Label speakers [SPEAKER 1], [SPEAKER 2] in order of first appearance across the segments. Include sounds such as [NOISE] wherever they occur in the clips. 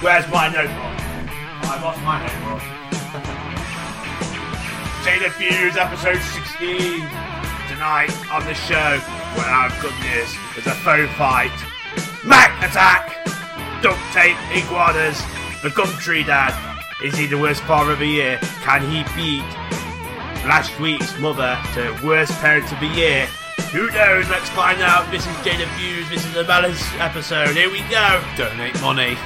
[SPEAKER 1] Where's my notebook? I lost my notebook. Jade of Fuse, episode 16. Tonight on the show, well, our goodness, there's a faux fight. Mac attack! Duct tape, iguanas, the Gumtree Dad. Is he the worst father of the year? Can he beat last week's mother to worst parent of the year? Who knows? Let's find out. This is Jade of Fuse, this is the balance episode. Here we go! Donate money.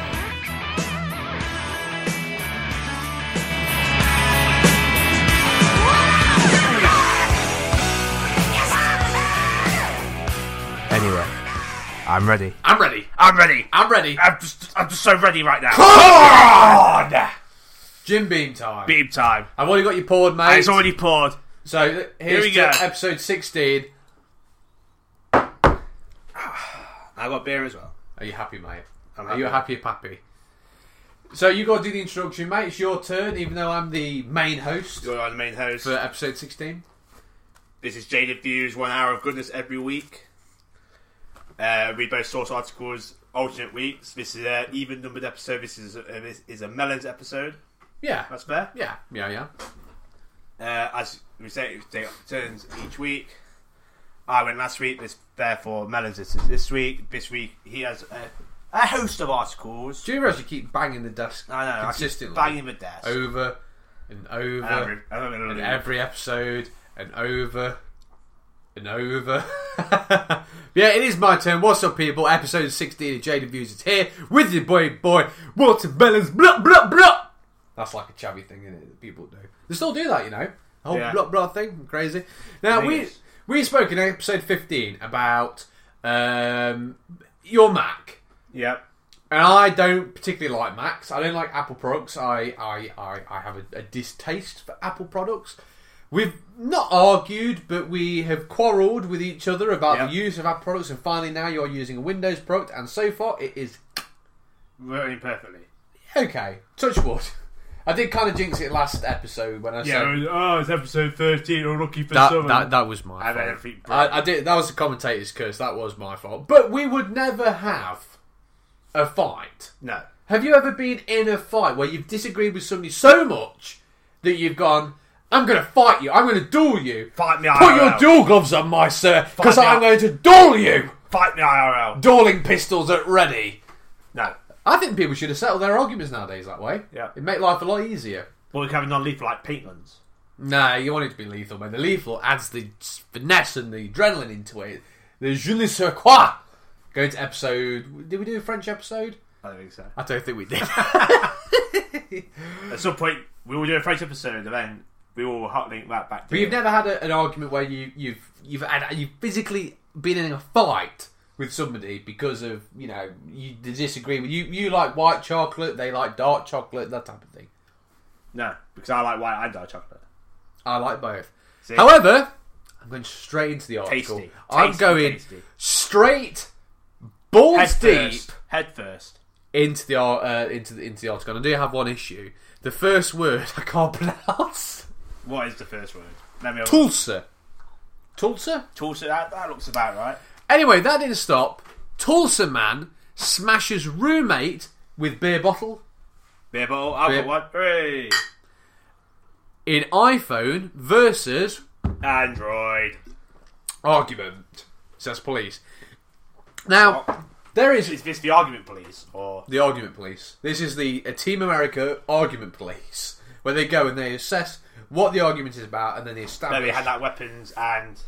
[SPEAKER 1] Anyway, I'm ready.
[SPEAKER 2] I'm ready.
[SPEAKER 1] I'm ready.
[SPEAKER 2] I'm ready.
[SPEAKER 1] I'm just, I'm just so ready right now.
[SPEAKER 2] Come
[SPEAKER 1] on!
[SPEAKER 2] Jim Beam time.
[SPEAKER 1] Beam time.
[SPEAKER 2] I've already got you poured, mate.
[SPEAKER 1] And It's already poured.
[SPEAKER 2] So th- here's
[SPEAKER 1] we
[SPEAKER 2] to
[SPEAKER 1] go.
[SPEAKER 2] episode 16.
[SPEAKER 1] I got beer as well.
[SPEAKER 2] Are you happy, mate?
[SPEAKER 1] I'm
[SPEAKER 2] Are you a happy pappy? So you got to do the introduction, mate. It's your turn, even though I'm the main host
[SPEAKER 1] You're on the main host.
[SPEAKER 2] for episode 16.
[SPEAKER 1] This is Jaded Views, one hour of goodness every week. Uh, read both source articles, alternate weeks. This is an even numbered episode. This is a, this is a Melons episode.
[SPEAKER 2] Yeah.
[SPEAKER 1] That's fair.
[SPEAKER 2] Yeah. Yeah, yeah.
[SPEAKER 1] Uh, as we say, it takes turns each week. I went last week. This therefore Melons is this week. This week he has a, a host of articles.
[SPEAKER 2] Do you realise you keep banging the desk
[SPEAKER 1] I know,
[SPEAKER 2] consistently?
[SPEAKER 1] I keep banging the desk.
[SPEAKER 2] Over and over
[SPEAKER 1] Every, every,
[SPEAKER 2] and
[SPEAKER 1] every,
[SPEAKER 2] every episode and over and over. [LAUGHS] yeah, it is my turn. What's up, people? Episode 16 of Jade Views is here with your boy, boy, Walter Bellens. Blah, blah, blah. That's like a chavvy thing, isn't it? That people do. They still do that, you know. The whole
[SPEAKER 1] Yeah.
[SPEAKER 2] blah, blah thing. Crazy. Now,
[SPEAKER 1] It
[SPEAKER 2] we,
[SPEAKER 1] is.
[SPEAKER 2] we spoke in episode 15 about um, your Mac.
[SPEAKER 1] Yep.
[SPEAKER 2] And I don't particularly like Macs. I don't like Apple products. I I, I, I have a, a distaste for Apple products. We've not argued, but we have quarrelled with each other about
[SPEAKER 1] Yeah.
[SPEAKER 2] the use of Apple products. And finally, now you're using a Windows product, and so far it is
[SPEAKER 1] Working perfectly.
[SPEAKER 2] okay. Touch wood. I did kind of jinx it last episode when I said
[SPEAKER 1] oh, it's episode 13. Or lucky for
[SPEAKER 2] that, that. That was my
[SPEAKER 1] I
[SPEAKER 2] fault.
[SPEAKER 1] don't know if he-
[SPEAKER 2] I, I did. That was the commentator's curse. That was my fault. But we would never have a fight.
[SPEAKER 1] no.
[SPEAKER 2] Have you ever been in a fight where you've disagreed with somebody so much that you've gone, I'm going to fight you, I'm going to duel you.
[SPEAKER 1] Fight me
[SPEAKER 2] Put your
[SPEAKER 1] IRL.
[SPEAKER 2] duel gloves on, my sir, because
[SPEAKER 1] Fight me
[SPEAKER 2] I'm
[SPEAKER 1] out.
[SPEAKER 2] going to duel you.
[SPEAKER 1] Fight me IRL.
[SPEAKER 2] Dueling pistols at ready.
[SPEAKER 1] No.
[SPEAKER 2] I think people should have settled their arguments nowadays that way.
[SPEAKER 1] Yeah.
[SPEAKER 2] It'd make life a lot easier.
[SPEAKER 1] But we can have a non-lethal like paint guns.
[SPEAKER 2] Nah, you want it to be lethal, man. The lethal adds the finesse and the adrenaline into it. The je ne sais quoi. Going to episode. Did we do a French episode?
[SPEAKER 1] I don't think so.
[SPEAKER 2] I don't think we did.
[SPEAKER 1] At some point, we will do a French episode, and then we will hot link that back. To
[SPEAKER 2] But you've
[SPEAKER 1] you.
[SPEAKER 2] never had a, an argument where you, you've you've had, you've physically been in a fight with somebody because of you know you disagree with you you like white chocolate they like dark chocolate that type of thing.
[SPEAKER 1] No, because I like white and dark chocolate.
[SPEAKER 2] I like both.
[SPEAKER 1] See?
[SPEAKER 2] However, I'm going straight into the article.
[SPEAKER 1] Tasty.
[SPEAKER 2] I'm
[SPEAKER 1] Tasty,
[SPEAKER 2] going
[SPEAKER 1] tasty.
[SPEAKER 2] straight balls deep
[SPEAKER 1] first. Head first.
[SPEAKER 2] into the ar- uh, into the into the article. And I do have one issue. The first word [LAUGHS] I can't pronounce.
[SPEAKER 1] What is the first word? Let me have a
[SPEAKER 2] Tulsa. Tulsa.
[SPEAKER 1] Tulsa, that, that looks about right.
[SPEAKER 2] Anyway, that didn't stop. Tulsa man smashes roommate with beer bottle.
[SPEAKER 1] Beer bottle, I've
[SPEAKER 2] Beer-
[SPEAKER 1] got one. Three.
[SPEAKER 2] In iPhone versus
[SPEAKER 1] Android.
[SPEAKER 2] argument, says police. Now, there is
[SPEAKER 1] Is this the argument, please? Or
[SPEAKER 2] the argument police. This is the a Team America argument police, where they go and they assess what the argument is about and then they
[SPEAKER 1] maybe
[SPEAKER 2] establish.
[SPEAKER 1] had that weapons and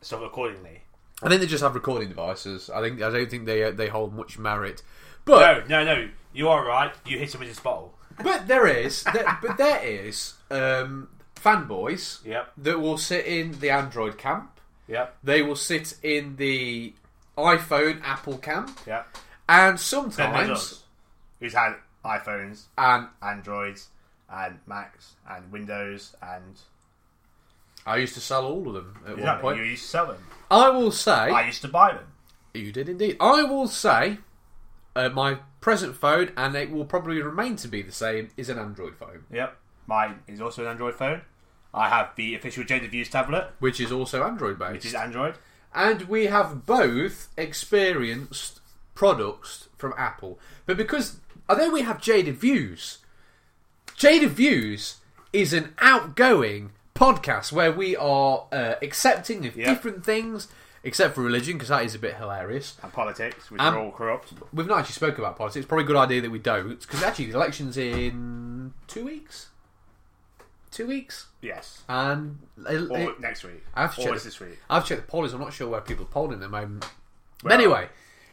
[SPEAKER 1] stuff accordingly.
[SPEAKER 2] I think they just have recording devices. I think I don't think they uh, they hold much merit. But
[SPEAKER 1] No, no, no. You are right. You hit him with his bottle.
[SPEAKER 2] But there is, there, but there is um, fanboys
[SPEAKER 1] Yep.
[SPEAKER 2] that will sit in the Android camp.
[SPEAKER 1] Yep.
[SPEAKER 2] They will sit in the iPhone Apple camp,
[SPEAKER 1] Yep.
[SPEAKER 2] and
[SPEAKER 1] Then there's
[SPEAKER 2] sometimes
[SPEAKER 1] us, who's had iPhones,
[SPEAKER 2] and
[SPEAKER 1] Androids, and Macs, and Windows, and
[SPEAKER 2] I used to sell all of them at one
[SPEAKER 1] Exactly,
[SPEAKER 2] point.
[SPEAKER 1] you used to sell them.
[SPEAKER 2] I will say
[SPEAKER 1] I used to buy them.
[SPEAKER 2] you did indeed. I will say uh, my present phone, and it will probably remain to be the same, is an Android phone,
[SPEAKER 1] Yep. Mine is also an Android phone. I have the official Gender Views tablet,
[SPEAKER 2] which is also Android based.
[SPEAKER 1] which is Android.
[SPEAKER 2] and we have both experienced products from Apple. But because although we have Jaded Views, Jaded Views is an outgoing podcast where we are uh, accepting of
[SPEAKER 1] Yeah.
[SPEAKER 2] different things, except for religion, because that is a bit hilarious.
[SPEAKER 1] And politics, which
[SPEAKER 2] Um,
[SPEAKER 1] are all corrupt.
[SPEAKER 2] We've not actually spoke about politics. Probably a good idea that we don't, because actually the election's in two weeks. Two weeks,
[SPEAKER 1] Yes.
[SPEAKER 2] and uh,
[SPEAKER 1] Or
[SPEAKER 2] it-
[SPEAKER 1] next week.
[SPEAKER 2] I have to
[SPEAKER 1] or
[SPEAKER 2] check
[SPEAKER 1] is
[SPEAKER 2] the-
[SPEAKER 1] this week.
[SPEAKER 2] I've checked the polls. I'm not sure where people are polling at the moment.
[SPEAKER 1] Well,
[SPEAKER 2] anyway,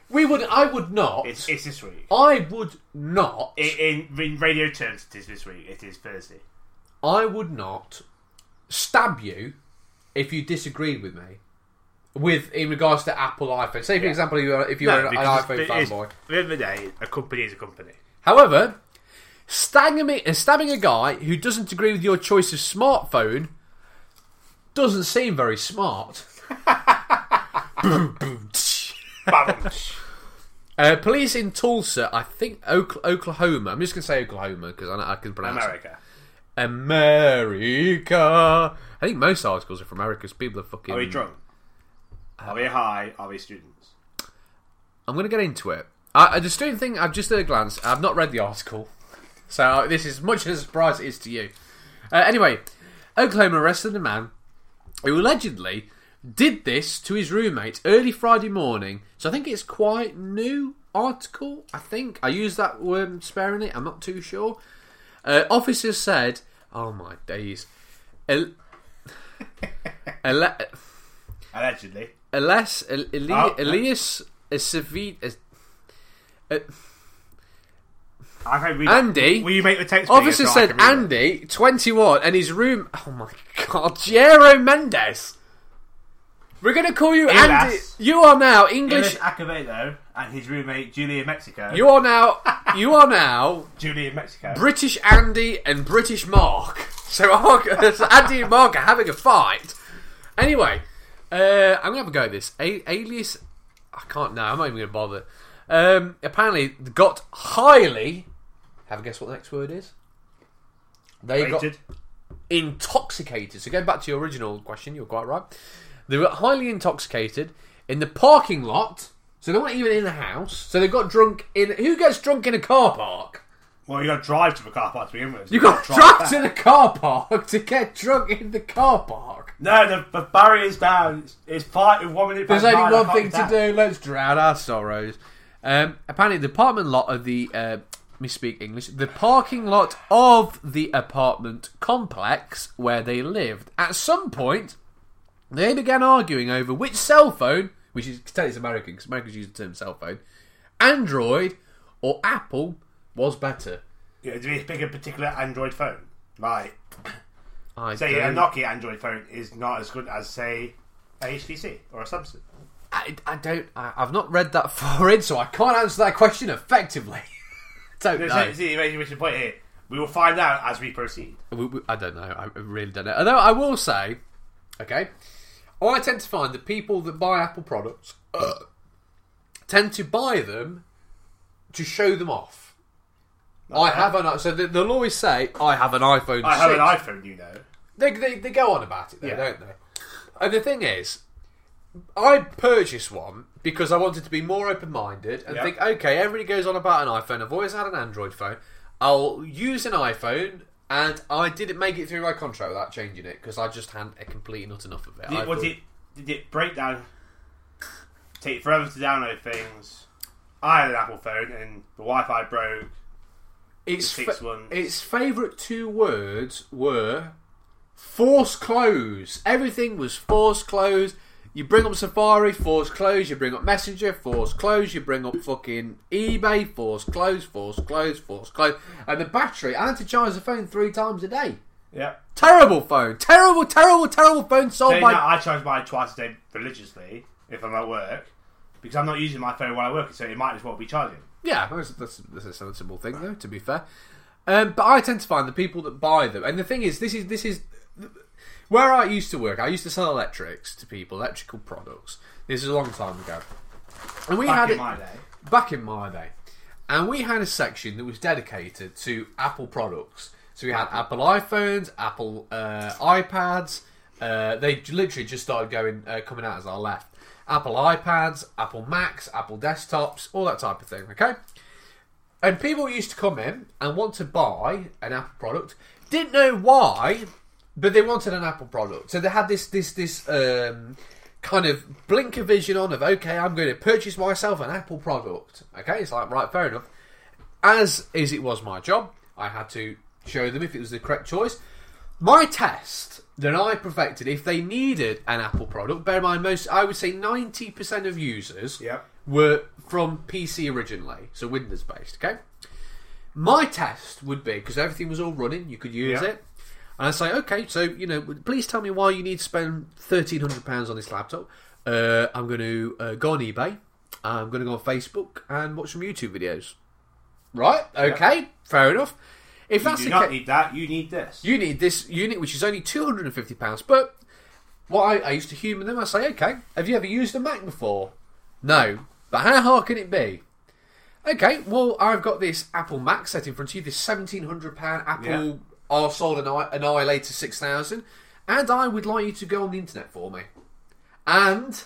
[SPEAKER 2] we would. I would not.
[SPEAKER 1] It's, it's this week.
[SPEAKER 2] I would not.
[SPEAKER 1] In, in, in radio terms, it is this week. It is Thursday.
[SPEAKER 2] I would not stab you if you disagreed with me. With in regards to Apple iPhone. Say for
[SPEAKER 1] Yeah.
[SPEAKER 2] example, you are, if you're an, an
[SPEAKER 1] because
[SPEAKER 2] iPhone
[SPEAKER 1] it is-
[SPEAKER 2] fanboy.
[SPEAKER 1] At the end of the day, a company is a company.
[SPEAKER 2] However, stabbing me, uh, stabbing a guy who doesn't agree with your choice of smartphone doesn't seem very smart. Boom, boom, tsh.
[SPEAKER 1] Bam.
[SPEAKER 2] [LAUGHS] Uh, police in Tulsa, I think Ok- Oklahoma. I'm just gonna say Oklahoma because I, know- I can pronounce it.
[SPEAKER 1] America.
[SPEAKER 2] America. I think most articles are from America because people are fucking.
[SPEAKER 1] Are we drunk?
[SPEAKER 2] Uh,
[SPEAKER 1] Are we high? Are we students?
[SPEAKER 2] I'm gonna get into it. I, I, the student thing, I've just at a glance. I've not read the article, so this is much as a surprise it is to you. Uh, anyway, Oklahoma arrested a man who allegedly did this to his roommate early Friday morning. So I think it's quite new article. I think I use that word sparingly. I'm not too sure. Uh, officers said, "Oh my days." El- [LAUGHS] ele-
[SPEAKER 1] Allegedly.
[SPEAKER 2] Elias El- Eli-
[SPEAKER 1] Oh.
[SPEAKER 2] Elias Acevi- Ac-
[SPEAKER 1] I can't read
[SPEAKER 2] Andy-
[SPEAKER 1] Will you make the text?
[SPEAKER 2] Officer
[SPEAKER 1] bigger so I
[SPEAKER 2] said
[SPEAKER 1] can read it?
[SPEAKER 2] Andy, 21, and his room. Oh my god, Jero Mendes. We're going to call you Andy.
[SPEAKER 1] lass.
[SPEAKER 2] You are now English.
[SPEAKER 1] English Acevedo and his roommate Julie in Mexico.
[SPEAKER 2] You are now. You are now
[SPEAKER 1] Julie in Mexico.
[SPEAKER 2] British Andy and British Mark. So, Mark, [LAUGHS] so Andy and Mark are having a fight. Anyway, uh, I'm gonna have a go at this. A- alias, I can't. No, I'm not even gonna bother. Um, apparently, got highly. Have a guess what the next word is. They got
[SPEAKER 1] Rated.
[SPEAKER 2] intoxicated. So going back to your original question, you're quite right. They were highly intoxicated in the parking lot. So they weren't even in the house. So they got drunk in. Who gets drunk in a car park?
[SPEAKER 1] Well, you got to drive to the car park to begin with.
[SPEAKER 2] You got drunk in the car park to get drunk in the car park.
[SPEAKER 1] No, the, the barrier's down. It's, it's fight with one minute.
[SPEAKER 2] There's
[SPEAKER 1] past nine,
[SPEAKER 2] only
[SPEAKER 1] I
[SPEAKER 2] one
[SPEAKER 1] can't
[SPEAKER 2] thing
[SPEAKER 1] get
[SPEAKER 2] to
[SPEAKER 1] down.
[SPEAKER 2] do. Let's drown our sorrows. Um, apparently, the apartment lot of the uh, misspeak English. The parking lot of the apartment complex where they lived. At some point, they began arguing over which cell phone, which is tell it's American because Americans use the term cell phone, Android or Apple was better.
[SPEAKER 1] Yeah, do you pick a particular Android phone? Like,
[SPEAKER 2] I
[SPEAKER 1] say a
[SPEAKER 2] don't-
[SPEAKER 1] Nokia Android phone is not as good as say a HTC or a Samsung.
[SPEAKER 2] I, I don't. I, I've not read that [LAUGHS] far in, so I can't answer that question effectively. [LAUGHS] don't
[SPEAKER 1] There's
[SPEAKER 2] know.
[SPEAKER 1] see, maybe we should point here. We will find out as we proceed.
[SPEAKER 2] We- we- I don't know. I really don't know. Although I will say, okay, I tend to find that people that buy Apple products uh, tend to buy them to show them off. I have an i- so the, they'll always say I have an iPhone.
[SPEAKER 1] I have an
[SPEAKER 2] 6."
[SPEAKER 1] iPhone, you know.
[SPEAKER 2] They, they, they go on about it though,
[SPEAKER 1] Yeah.
[SPEAKER 2] don't they? And the thing is, I purchased one because I wanted to be more open minded and
[SPEAKER 1] Yeah.
[SPEAKER 2] think, okay, everybody goes on about an iPhone. I've always had an Android phone. I'll use an iPhone, and I didn't make it through my contract without changing it because I just had a complete and utter enough of it. I
[SPEAKER 1] Did, was
[SPEAKER 2] thought-
[SPEAKER 1] it, did it break down? Take forever to download things. I had an Apple phone and the Wi-Fi broke.
[SPEAKER 2] Its,
[SPEAKER 1] the six
[SPEAKER 2] fa-
[SPEAKER 1] ones?
[SPEAKER 2] its favourite two words were force close. Everything was force close. You bring up Safari, force close. You bring up Messenger, force close. You bring up fucking eBay, force close, force close, force close. And the battery, I had to charge the phone three times a day.
[SPEAKER 1] Yeah.
[SPEAKER 2] Terrible phone. Terrible, terrible, terrible phone sold
[SPEAKER 1] Saying
[SPEAKER 2] by.
[SPEAKER 1] that, I charge mine twice a day religiously if I'm at work because I'm not using my phone while I work, so it might as well be charging.
[SPEAKER 2] Yeah, that's, that's, that's a sensible thing, though. To be fair, um, but I tend to find the people that buy them, and the thing is, this is this is where I used to work. I used to sell electrics to people, electrical products. This is a long time ago, and we
[SPEAKER 1] Back
[SPEAKER 2] had
[SPEAKER 1] in
[SPEAKER 2] it
[SPEAKER 1] my day.
[SPEAKER 2] back in my day, and we had a section that was dedicated to Apple products. So we had Apple iPhones, Apple uh, iPads. Uh, they j- literally just started going uh, coming out as I left, Apple iPads, Apple Macs, Apple desktops, all that type of thing, okay? And people used to come in and want to buy an Apple product, didn't know why, but they wanted an Apple product. So they had this this this um, kind of blinker vision on of okay, I'm going to purchase myself an Apple product. Okay, it's like right, fair enough. As is, it was my job. I had to show them if it was the correct choice. My test that I perfected, if they needed an Apple product, bear in mind most, I would say ninety percent of users
[SPEAKER 3] Yep.
[SPEAKER 2] were from PC originally, so Windows based. Okay, my test would be because everything was all running, you could use
[SPEAKER 3] Yeah.
[SPEAKER 2] it, and I say, okay, so you know, please tell me why you need to spend thirteen hundred pounds on this laptop. Uh, I'm going to uh, go on eBay, I'm going to go on Facebook and watch some YouTube videos. Right? Okay, fair enough. If
[SPEAKER 3] You
[SPEAKER 2] that's
[SPEAKER 3] do
[SPEAKER 2] the
[SPEAKER 3] not
[SPEAKER 2] ca-
[SPEAKER 3] need that. You need this.
[SPEAKER 2] you need this unit, which is only two hundred and fifty pounds. But what I, I used to humour them, I say, okay, have you ever used a Mac before? No, but how hard can it be? Okay, well, I've got this Apple Mac set in front of you, this seventeen hundred pound
[SPEAKER 3] Yeah.
[SPEAKER 2] Apple yeah. sold Anni- Annihilator six thousand, and I would like you to go on the internet for me. And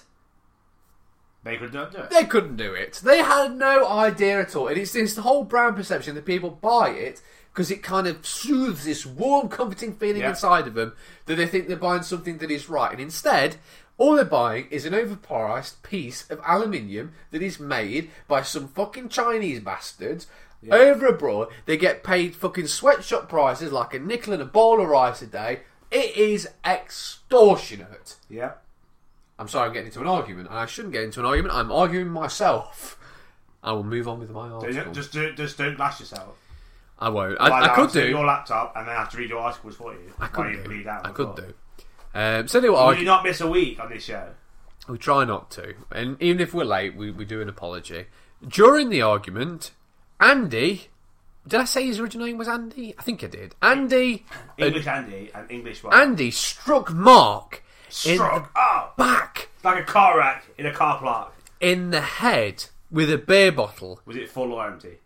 [SPEAKER 3] they could not do it.
[SPEAKER 2] they couldn't do it. They had no idea at all. And it's this whole brand perception that people buy it because it kind of soothes this warm, comforting feeling
[SPEAKER 3] Yeah.
[SPEAKER 2] inside of them that they think they're buying something that is right. And instead, all they're buying is an overpriced piece of aluminium that is made by some fucking Chinese bastards. Over abroad, they get paid fucking sweatshop prices like a nickel and a bowl of rice a day. It is extortionate.
[SPEAKER 3] Yeah.
[SPEAKER 2] I'm sorry, I'm getting into an argument, and I shouldn't get into an argument. I'm arguing myself. I will move on with my article.
[SPEAKER 3] Just, just, do, just don't lash yourself.
[SPEAKER 2] I won't. I, I
[SPEAKER 3] Like,
[SPEAKER 2] could
[SPEAKER 3] I'll do
[SPEAKER 2] do.
[SPEAKER 3] your laptop and then have to read your articles for you.
[SPEAKER 2] I
[SPEAKER 3] while you
[SPEAKER 2] could
[SPEAKER 3] bleed
[SPEAKER 2] do.
[SPEAKER 3] out
[SPEAKER 2] I
[SPEAKER 3] on the
[SPEAKER 2] could
[SPEAKER 3] floor.
[SPEAKER 2] do. Um, so anyway,
[SPEAKER 3] Will
[SPEAKER 2] argue,
[SPEAKER 3] you not miss a week on this show?
[SPEAKER 2] we try not to, and even if we're late, we, we do an apology. During the argument, Andy, did I say his original name was Andy? I think I did. Andy,
[SPEAKER 3] English Andy and English one.
[SPEAKER 2] Andy struck Mark in the
[SPEAKER 3] Struck up
[SPEAKER 2] back
[SPEAKER 3] Oh, like a car wreck in a car park.
[SPEAKER 2] in the head with a beer bottle.
[SPEAKER 3] Was it full or empty?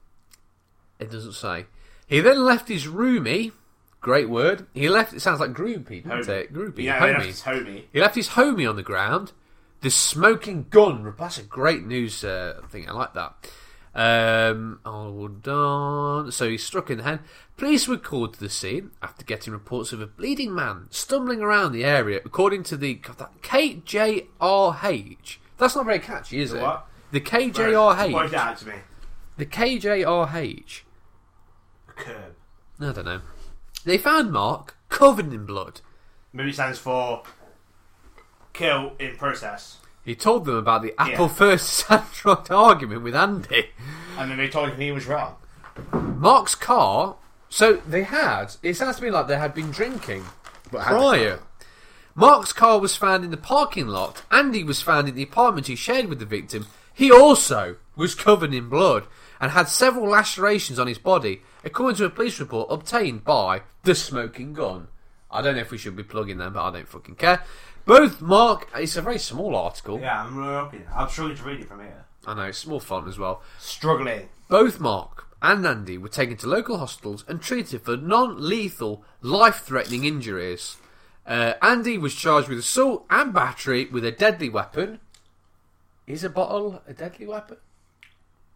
[SPEAKER 2] It doesn't say. He then left his roomie. Great word. He left. It sounds like groupie, doesn't
[SPEAKER 3] Homie.
[SPEAKER 2] it? Groupie,
[SPEAKER 3] Yeah,
[SPEAKER 2] homie.
[SPEAKER 3] it's homie.
[SPEAKER 2] He left his homie on the ground. The smoking gun. That's a great news uh, thing. I like that. Um, hold on. So he's struck in the head. Police were called to the scene after getting reports of a bleeding man stumbling around the area. According to the God, that KJRH. That's not very catchy, is it?
[SPEAKER 3] what?
[SPEAKER 2] The
[SPEAKER 3] Point
[SPEAKER 2] KJRH.
[SPEAKER 3] it out to me.
[SPEAKER 2] The KJRH.
[SPEAKER 3] Curb.
[SPEAKER 2] I don't know. They found Mark covered in blood.
[SPEAKER 3] Maybe it stands for kill in process.
[SPEAKER 2] He told them about the Apple
[SPEAKER 3] Yeah.
[SPEAKER 2] [LAUGHS] versus Android argument with Andy.
[SPEAKER 3] And then they told him he was wrong.
[SPEAKER 2] Mark's car. So they had. It sounds to me like they had been drinking prior. Mark's car was found in the parking lot. Andy was found in the apartment he shared with the victim. He also was covered in blood and had several lacerations on his body, according to a police report obtained by the smoking gun. I don't know if we should be plugging them, but I don't fucking care. Both Mark. It's a very small article.
[SPEAKER 3] Yeah, I'm really up here. I'm struggling to read it from here.
[SPEAKER 2] I know, it's small font as well.
[SPEAKER 3] Struggling.
[SPEAKER 2] Both Mark and Andy were taken to local hospitals and treated for non lethal, life threatening injuries. Uh, Andy was charged with assault and battery with a deadly weapon. Is a bottle a deadly weapon?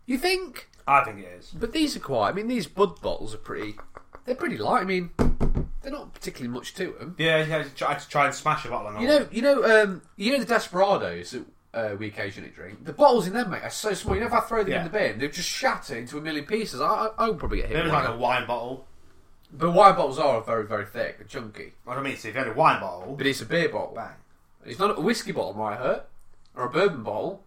[SPEAKER 2] You think?
[SPEAKER 3] I think it is.
[SPEAKER 2] But these are quite. I mean, these bud bottles are pretty. They're pretty light. I mean, they're not particularly much to them.
[SPEAKER 3] Yeah, yeah. I had to try and smash a bottle on
[SPEAKER 2] You know, you know, um, you know the desperados that uh, we occasionally drink. The bottles in them, mate, are so small. You know, if I throw them in
[SPEAKER 3] Yeah.
[SPEAKER 2] the bin, they'll just shatter into a million pieces. I, I, I'll probably get hit.
[SPEAKER 3] Maybe
[SPEAKER 2] with
[SPEAKER 3] it's
[SPEAKER 2] one.
[SPEAKER 3] like a wine bottle.
[SPEAKER 2] But wine bottles are very, very thick and chunky.
[SPEAKER 3] What I mean, so if you had a wine bottle,
[SPEAKER 2] But it's a beer bottle.
[SPEAKER 3] bang.
[SPEAKER 2] It's not a whiskey bottle, might hurt, or a bourbon bottle,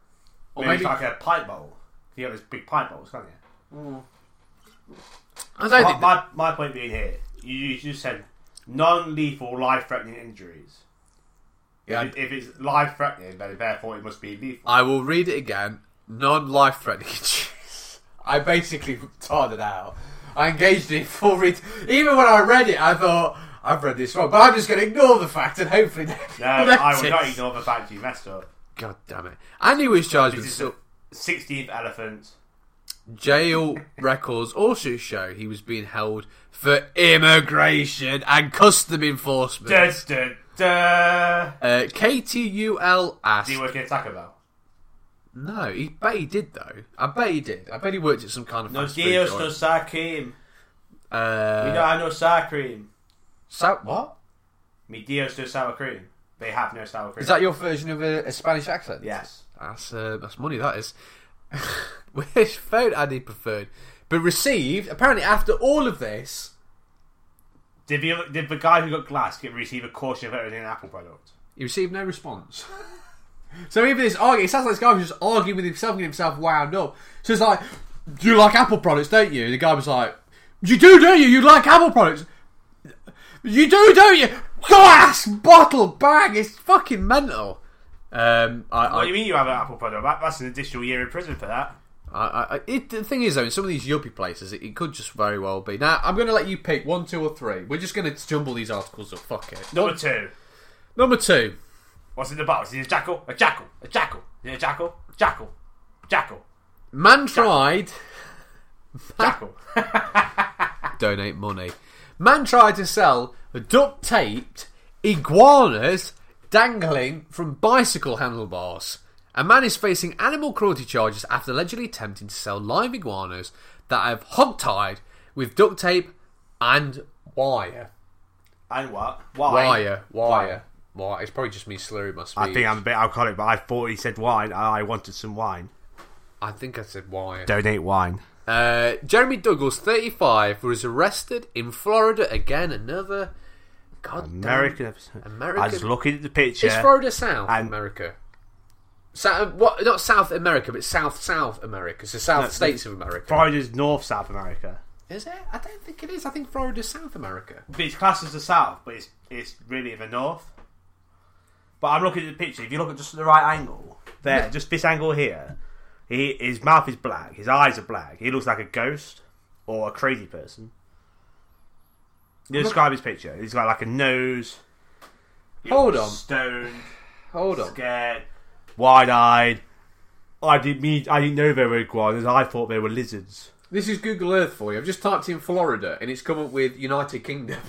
[SPEAKER 2] or
[SPEAKER 3] Maybe,
[SPEAKER 2] maybe.
[SPEAKER 3] it's like a pint bottle. You got those big pint bottles, can't you?
[SPEAKER 2] I don't
[SPEAKER 3] My,
[SPEAKER 2] think that-
[SPEAKER 3] my, my point being here, you, you just said non-lethal, life-threatening injuries.
[SPEAKER 2] Yeah,
[SPEAKER 3] If it's life-threatening, then therefore it must be
[SPEAKER 2] [LAUGHS]
[SPEAKER 3] lethal.
[SPEAKER 2] I will read it again. Non-life [LAUGHS] threatening injuries. I basically tarred it out. I engaged in full read. Even when I read it, I thought I've read this wrong. But I'm just going to ignore the fact and hopefully. [LAUGHS] No,
[SPEAKER 3] No, I will not ignore the fact you messed up.
[SPEAKER 2] [LAUGHS] God damn it! Andy was charged with
[SPEAKER 3] This is
[SPEAKER 2] assault.
[SPEAKER 3] the 16th elephant.
[SPEAKER 2] Jail records also show he was being held for immigration and custom enforcement.
[SPEAKER 3] Duh, duh, duh.
[SPEAKER 2] Uh, KTUL asked,
[SPEAKER 3] Do you work in Taco Bell?
[SPEAKER 2] No, he bet he did though. I bet he did. I bet he worked at some kind of
[SPEAKER 1] No
[SPEAKER 2] fast food
[SPEAKER 1] Dios, no
[SPEAKER 2] joint.
[SPEAKER 1] sour cream. We
[SPEAKER 2] Uh,
[SPEAKER 1] don't have no sour cream.
[SPEAKER 2] so what
[SPEAKER 1] Mi Dios, no sour cream. They have no sour cream.
[SPEAKER 2] is that your version of a, a Spanish accent?
[SPEAKER 1] Yes.
[SPEAKER 2] That's uh, that's money. That is. [LAUGHS] Which phone ad he preferred, but received apparently after all of this.
[SPEAKER 1] Did the, did the guy who got glass get receive a caution for everything an Apple product?
[SPEAKER 2] He received no response. [LAUGHS] so even this argument, it sounds like this guy was just arguing with himself and getting himself wound up. So it's like, you like Apple products, don't you? And the guy was like, you do, don't you? You like Apple products. You do, don't you? Glass, bottle, bag. It's fucking mental. Um, I,
[SPEAKER 1] What
[SPEAKER 2] I,
[SPEAKER 1] do you mean you have an Apple product? That, that's an additional year in prison for that.
[SPEAKER 2] I, I, it, the thing is, though, in some of these yuppie places, it, it could just very well be. Now, I'm going to let you pick one, two, or three. We're just going to jumble these articles up. Fuck it.
[SPEAKER 1] Number two.
[SPEAKER 2] Number two.
[SPEAKER 1] What's in the box? Is it a jackal? A jackal? A jackal? Is it a jackal? Jackal? Jackal?
[SPEAKER 2] Man tried. [LAUGHS]
[SPEAKER 1] Jackal?
[SPEAKER 2] donate money. Man tried to sell duct taped iguanas dangling from bicycle handlebars. A man is facing animal cruelty charges after allegedly attempting to sell live iguanas that have hogtied with duct tape and wire.
[SPEAKER 1] and what? Why?
[SPEAKER 2] Wire, wire, wire. It's probably just me slurring my speech.
[SPEAKER 1] I think I'm a bit alcoholic, but I thought he said wine. I I wanted some wine.
[SPEAKER 2] I think I said wire.
[SPEAKER 1] Donate wine.
[SPEAKER 2] Uh, Jeremy Douglas, 35, was arrested in Florida again. Another. God
[SPEAKER 1] American episode.
[SPEAKER 2] American-
[SPEAKER 1] I was looking at the picture.
[SPEAKER 2] It's Florida South
[SPEAKER 1] And-
[SPEAKER 2] America. South, what? Not South America, but South South America. So South States of America.
[SPEAKER 1] Florida's North South America.
[SPEAKER 2] is it? I don't think it is. I think Florida's South America.
[SPEAKER 1] But it's classed as the South, but it's it's really the North. But I'm looking at the picture. If you look at just the right angle, there, just this angle here, he his mouth is black, his eyes are black. He looks like a ghost or a crazy person. You describe his picture. He's got like a nose. He
[SPEAKER 2] Hold
[SPEAKER 1] looks
[SPEAKER 2] on.
[SPEAKER 1] stoned,
[SPEAKER 2] Hold on.
[SPEAKER 1] scared, wide-eyed. I didn't mean. I didn't know they were iguanas. I thought they were lizards.
[SPEAKER 2] This is Google Earth for you. I've just typed in Florida, and it's come up with United [LAUGHS] Kingdom.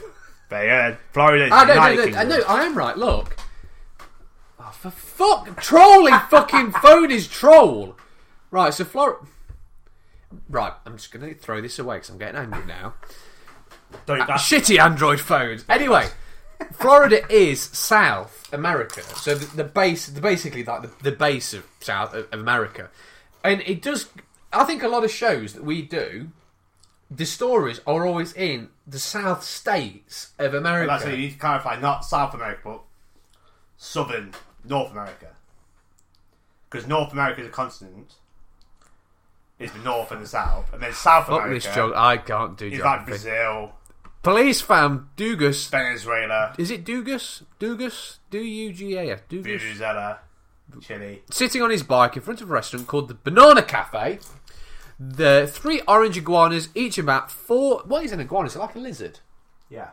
[SPEAKER 1] They are Florida. is
[SPEAKER 2] I don't
[SPEAKER 1] United
[SPEAKER 2] know. I
[SPEAKER 1] Kingdom.
[SPEAKER 2] know. I am right. Look. Oh, for
[SPEAKER 1] [LAUGHS]
[SPEAKER 2] fuck! Trolling fucking phone is troll. Right. So Florida. Right. I'm just gonna throw this away because I'm getting angry now.
[SPEAKER 1] Don't, that's
[SPEAKER 2] shitty Android phones. Anyway, Florida is South America, so the, the base, the, basically like the, the base of South of America, and it does. I think a lot of shows that we do, the stories are always in the South states of America.
[SPEAKER 1] That's it. You need to clarify, not South America, but Southern North America. Because North America is a continent. Is the North and the South, and then South
[SPEAKER 2] Fuck
[SPEAKER 1] America
[SPEAKER 2] this joke. I can't do
[SPEAKER 1] is like
[SPEAKER 2] geography.
[SPEAKER 1] Brazil,
[SPEAKER 2] Police found Dugas.
[SPEAKER 1] Venezuela,
[SPEAKER 2] Is it Dugas? Dugas? D U G A S. Dugas.
[SPEAKER 1] Venezuela, Chile.
[SPEAKER 2] sitting on his bike in front of a restaurant called the Banana Cafe. The three orange iguanas, each about four. What is an iguana? Is it like a lizard?
[SPEAKER 1] Yeah,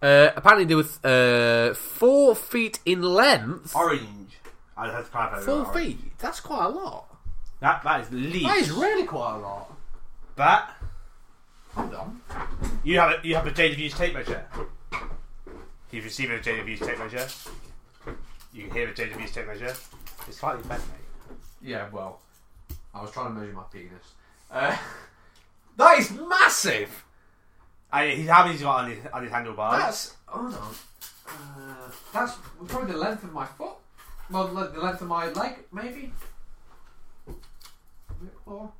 [SPEAKER 2] Uh, apparently, they were uh, four feet in length.
[SPEAKER 1] orange. I had to clarify.
[SPEAKER 2] four
[SPEAKER 1] that.
[SPEAKER 2] feet? That's quite a lot.
[SPEAKER 1] That that is least.
[SPEAKER 2] That is really quite a lot.
[SPEAKER 1] That
[SPEAKER 2] Hold on.
[SPEAKER 1] you have a, you have a data views tape measure. You've received a data views tape measure. You can hear a data views tape measure. It's slightly bent, mate.
[SPEAKER 2] Yeah, well, I was trying to measure my penis. Uh, [LAUGHS] that is massive.
[SPEAKER 1] I, he's how many's he got on his, on his handlebars?
[SPEAKER 2] That's hold on. Uh, that's probably the length of my foot. Well, le- the length of my leg, maybe. A bit more.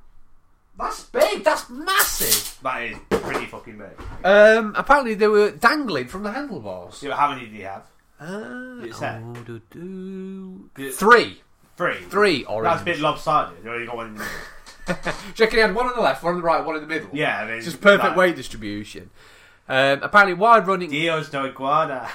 [SPEAKER 2] That's big. That's massive.
[SPEAKER 1] that is pretty fucking big.
[SPEAKER 2] Um, apparently they were dangling from the handlebars.
[SPEAKER 1] So how many do you have?
[SPEAKER 2] Uh,
[SPEAKER 1] It's that.
[SPEAKER 2] oh, do, do.
[SPEAKER 1] Good.
[SPEAKER 2] Three,
[SPEAKER 1] Three.
[SPEAKER 2] three
[SPEAKER 1] That's a
[SPEAKER 2] orange.
[SPEAKER 1] bit lopsided. You only got one. In the middle.
[SPEAKER 2] Check it out. One on the left, one on the right, one in the middle.
[SPEAKER 1] yeah, I mean,
[SPEAKER 2] it's just perfect
[SPEAKER 1] that-
[SPEAKER 2] weight distribution. Um, apparently, wide running.
[SPEAKER 1] Dios no iguana.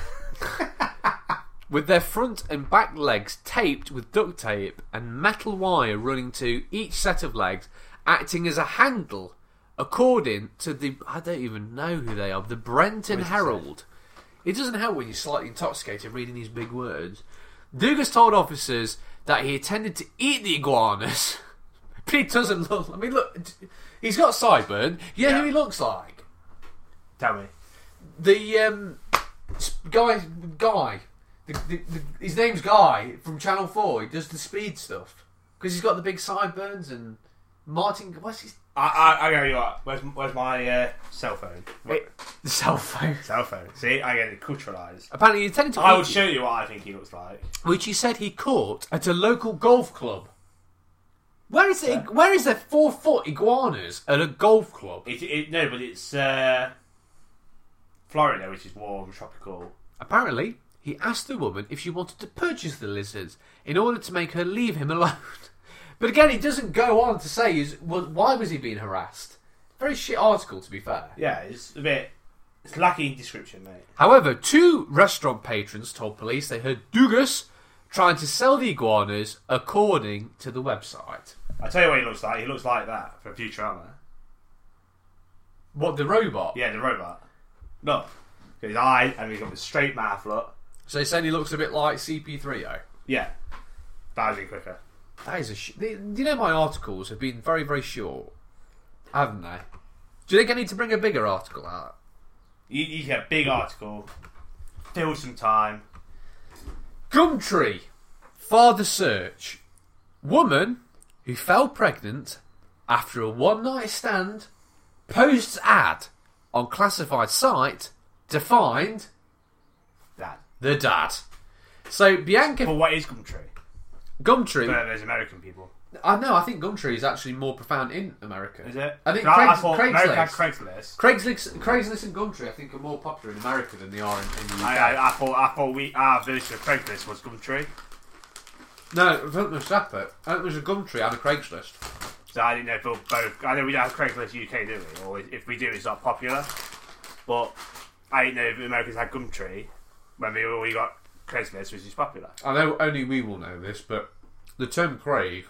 [SPEAKER 2] with their front and back legs taped with duct tape and metal wire running to each set of legs, acting as a handle, according to the I don't even know who they are, the Brenton Herald. It doesn't help when you're slightly intoxicated reading these big words. Dugas told officers that he intended to eat the iguanas, [LAUGHS] but he doesn't look. I mean, look, he's got sideburn. You know who
[SPEAKER 1] Yeah.
[SPEAKER 2] he looks like?
[SPEAKER 1] [LAUGHS] Tell me.
[SPEAKER 2] the um, sp- guy, guy, the, the, the, his name's Guy from Channel Four. He does the speed stuff. because he's got the big sideburns and Martin. What's his
[SPEAKER 1] I, I, I know you are. Where's, where's my uh, cell phone?
[SPEAKER 2] cell phone?
[SPEAKER 1] Cell phone. See, I get it culturalized.
[SPEAKER 2] Apparently, Lieutenant
[SPEAKER 1] I will
[SPEAKER 2] Takuchi,
[SPEAKER 1] show you what I think he looks like.
[SPEAKER 2] which he said he caught at a local golf club. Where is it? Where is there four foot iguanas at a golf club?
[SPEAKER 1] It, it, no, but it's uh, Florida, which is warm, tropical.
[SPEAKER 2] Apparently, he asked the woman if she wanted to purchase the lizards in order to make her leave him alone. [LAUGHS] But again, he doesn't go on to say is well, why was he being harassed. Very shit article, to be fair.
[SPEAKER 1] Yeah, it's a bit. It's lacking description, mate.
[SPEAKER 2] However, two restaurant patrons told police they heard Dugas trying to sell the iguanas, according to the website.
[SPEAKER 1] I tell you what he looks like. He looks like that from Futurama.
[SPEAKER 2] What the robot?
[SPEAKER 1] Yeah, the robot. No, his eye, and he's got the straight mouth. Look,
[SPEAKER 2] So he's saying he looks a bit like CP3O.
[SPEAKER 1] yeah, thousand quicker.
[SPEAKER 2] oh. That is a. Sh- they- you know, my articles have been very, very short, haven't they? Do you think I need to bring a bigger article out?
[SPEAKER 1] You, you get a big article, fill some time.
[SPEAKER 2] Gumtree, father search, woman who fell pregnant after a one night stand, posts ad on classified site to find
[SPEAKER 1] That.
[SPEAKER 2] the dad. So Bianca
[SPEAKER 1] But what is Gumtree?
[SPEAKER 2] Gumtree,
[SPEAKER 1] But there's American people,
[SPEAKER 2] I know. I think Gumtree is actually more profound in America.
[SPEAKER 1] is it?
[SPEAKER 2] I think
[SPEAKER 1] 'Cause
[SPEAKER 2] Craigs-
[SPEAKER 1] thought America had Craigslist.
[SPEAKER 2] Craigslist. Craigslist, Craigslist and Gumtree, I think, are more popular in America than they are in, in the UK.
[SPEAKER 1] I, I, I thought I thought we our version of Craigslist was Gumtree,
[SPEAKER 2] no, I think it was separate. I think there's a Gumtree and a Craigslist.
[SPEAKER 1] so I didn't know if we both. I know we don't have Craigslist UK, do we? Or if we do, it's not popular. But I didn't know if Americans had Gumtree when we we got Craigslist, which is
[SPEAKER 2] [LAUGHS]
[SPEAKER 1] popular.
[SPEAKER 2] I know only we will know this, but the term Craig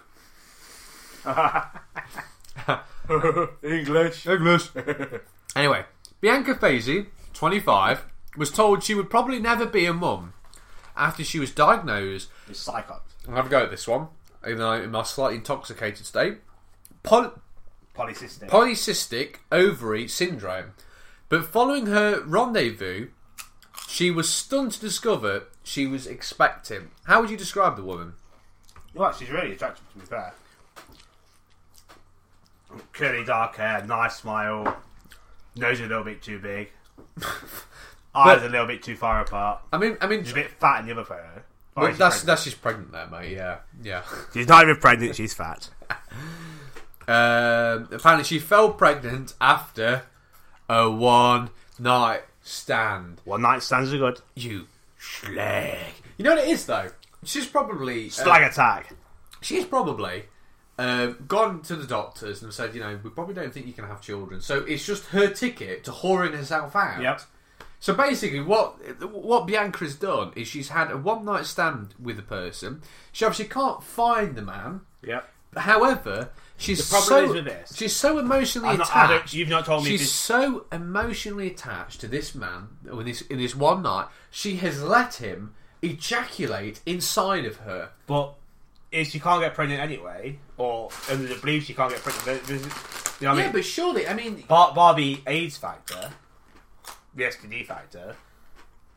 [SPEAKER 1] English.
[SPEAKER 2] Douglas. [LAUGHS] anyway, Bianca Fazy, 25, was told she would probably never be a mum after she was diagnosed.
[SPEAKER 1] It's psychops.
[SPEAKER 2] I'll have a go at this one, even though in my slightly intoxicated state. Poly-
[SPEAKER 1] Polycystic.
[SPEAKER 2] polycystic ovary syndrome. But following her rendezvous, she was stunned to discover she was expecting. How would you describe the woman?
[SPEAKER 1] well, she's really attractive to be fair. Curly dark hair, nice smile, nose a little bit too big,
[SPEAKER 2] [LAUGHS]
[SPEAKER 1] eyes a little bit too far apart.
[SPEAKER 2] I mean, I mean,
[SPEAKER 1] She's a bit fat in the other photo. Oh,
[SPEAKER 2] well,
[SPEAKER 1] she's
[SPEAKER 2] that's
[SPEAKER 1] pregnant.
[SPEAKER 2] that's just pregnant there, mate. Yeah, yeah. [LAUGHS]
[SPEAKER 1] She's not even pregnant. She's fat.
[SPEAKER 2] Um, apparently, she fell pregnant after a one night stand.
[SPEAKER 1] One night stands are good.
[SPEAKER 2] You slag. You know what it is though. She's probably uh,
[SPEAKER 1] Slag attack.
[SPEAKER 2] she's probably uh, gone to the doctors and said, you know, we probably don't think you can have children. So it's just her ticket to whoring herself out. So basically, what what Bianca has done is she's had a one night stand with a person. She obviously can't find the man.
[SPEAKER 1] Yep.
[SPEAKER 2] However, she's
[SPEAKER 1] problem
[SPEAKER 2] so
[SPEAKER 1] is with this-
[SPEAKER 2] she's so emotionally
[SPEAKER 1] I've not- I don't-
[SPEAKER 2] attached.
[SPEAKER 1] you've not told me
[SPEAKER 2] She's
[SPEAKER 1] this-
[SPEAKER 2] so emotionally attached to this man. In this in this one night, she has let him ejaculate inside of her.
[SPEAKER 1] But if she can't get pregnant anyway, or under the belief she can't get pregnant, there's, there's- you know what I
[SPEAKER 2] yeah,
[SPEAKER 1] mean?
[SPEAKER 2] but surely, I mean,
[SPEAKER 1] Bar- Barbie AIDS factor, the STD factor,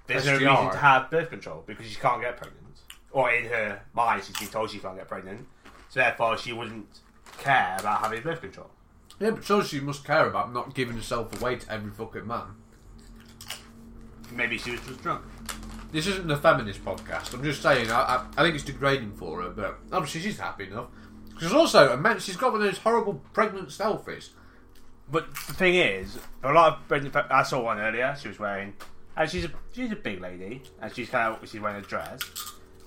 [SPEAKER 1] there's no
[SPEAKER 2] STR.
[SPEAKER 1] reason to have birth control because she can't get pregnant. Or in her mind, she's been told she can't get pregnant, so therefore she wouldn't care about having birth control.
[SPEAKER 2] yeah, but surely she must care about not giving herself away to every fucking man.
[SPEAKER 1] Maybe she was just drunk.
[SPEAKER 2] This isn't a feminist podcast. I'm just saying. I, I, I think it's degrading for her, but obviously she's happy enough. She's also a man. She's got one of those horrible pregnant selfies.
[SPEAKER 1] But the thing is, a lot of pregnant. pe- I saw one earlier. She was wearing, and she's a she's a big lady, and she's kind of she's wearing a dress.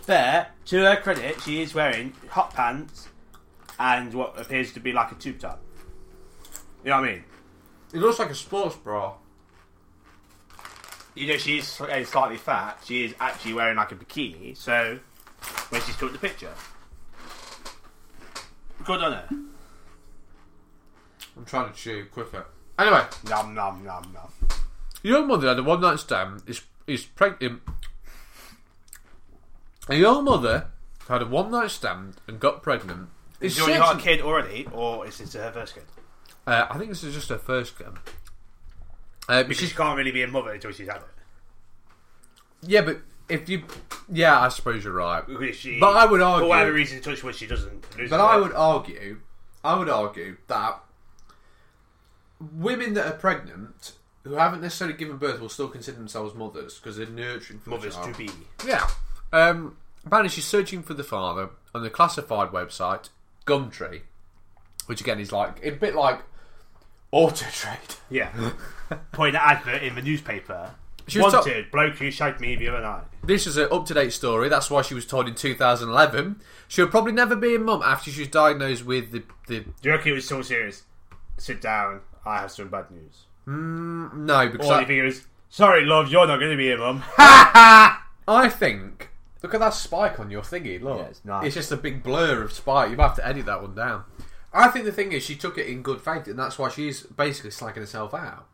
[SPEAKER 1] There, to her credit, she is wearing hot pants and what appears to be like a tube top. You know what I mean?
[SPEAKER 2] It looks like a sports bra.
[SPEAKER 1] you know she's eh, slightly fat. She is actually wearing like a bikini. So when she's took the picture, good on her.
[SPEAKER 2] I'm trying to chew quicker. Anyway,
[SPEAKER 1] Nom nom nom nom.
[SPEAKER 2] A young mother had a one night stand is is pregnant. A young mother had a one night stand and got pregnant. Is
[SPEAKER 1] She already got a
[SPEAKER 2] certain-
[SPEAKER 1] kid already, or is this her first kid?
[SPEAKER 2] uh, I think this is just her first kid. Uh, but
[SPEAKER 1] She
[SPEAKER 2] she's,
[SPEAKER 1] can't really be a mother until she's had it.
[SPEAKER 2] yeah, but if you yeah, I suppose you're right.
[SPEAKER 1] Because she,
[SPEAKER 2] But I would argue-
[SPEAKER 1] for whatever reason, touch wood, she doesn't. lose
[SPEAKER 2] But
[SPEAKER 1] her
[SPEAKER 2] I
[SPEAKER 1] leg.
[SPEAKER 2] would argue, I would argue that women that are pregnant who haven't necessarily given birth will still consider themselves mothers because they're nurturing for the
[SPEAKER 1] mothers
[SPEAKER 2] child.
[SPEAKER 1] to
[SPEAKER 2] [LAUGHS]
[SPEAKER 1] be.
[SPEAKER 2] Yeah. Um, apparently, she's searching for the father on the classified website Gumtree, which again is like a bit like Auto Trade. [LAUGHS]
[SPEAKER 1] Yeah, putting an advert in the newspaper.
[SPEAKER 2] She was
[SPEAKER 1] Wanted bloke who shagged me the other night.
[SPEAKER 2] This is an up to date story. That's why she was told in 2011 she'll probably never be a mum after she was diagnosed with the, the
[SPEAKER 1] Do you reckon it was so serious? Sit down. I have some bad news.
[SPEAKER 2] no because
[SPEAKER 1] All
[SPEAKER 2] I-
[SPEAKER 1] you think is, sorry, love, you're not going to be here, mum.
[SPEAKER 2] I think. Look at that spike on your thingy. Look,
[SPEAKER 1] Yeah, it's nice.
[SPEAKER 2] just a big blur of spike. You might have to edit that one down. I think the thing is, she took it in good faith, and that's why she's basically slacking herself out.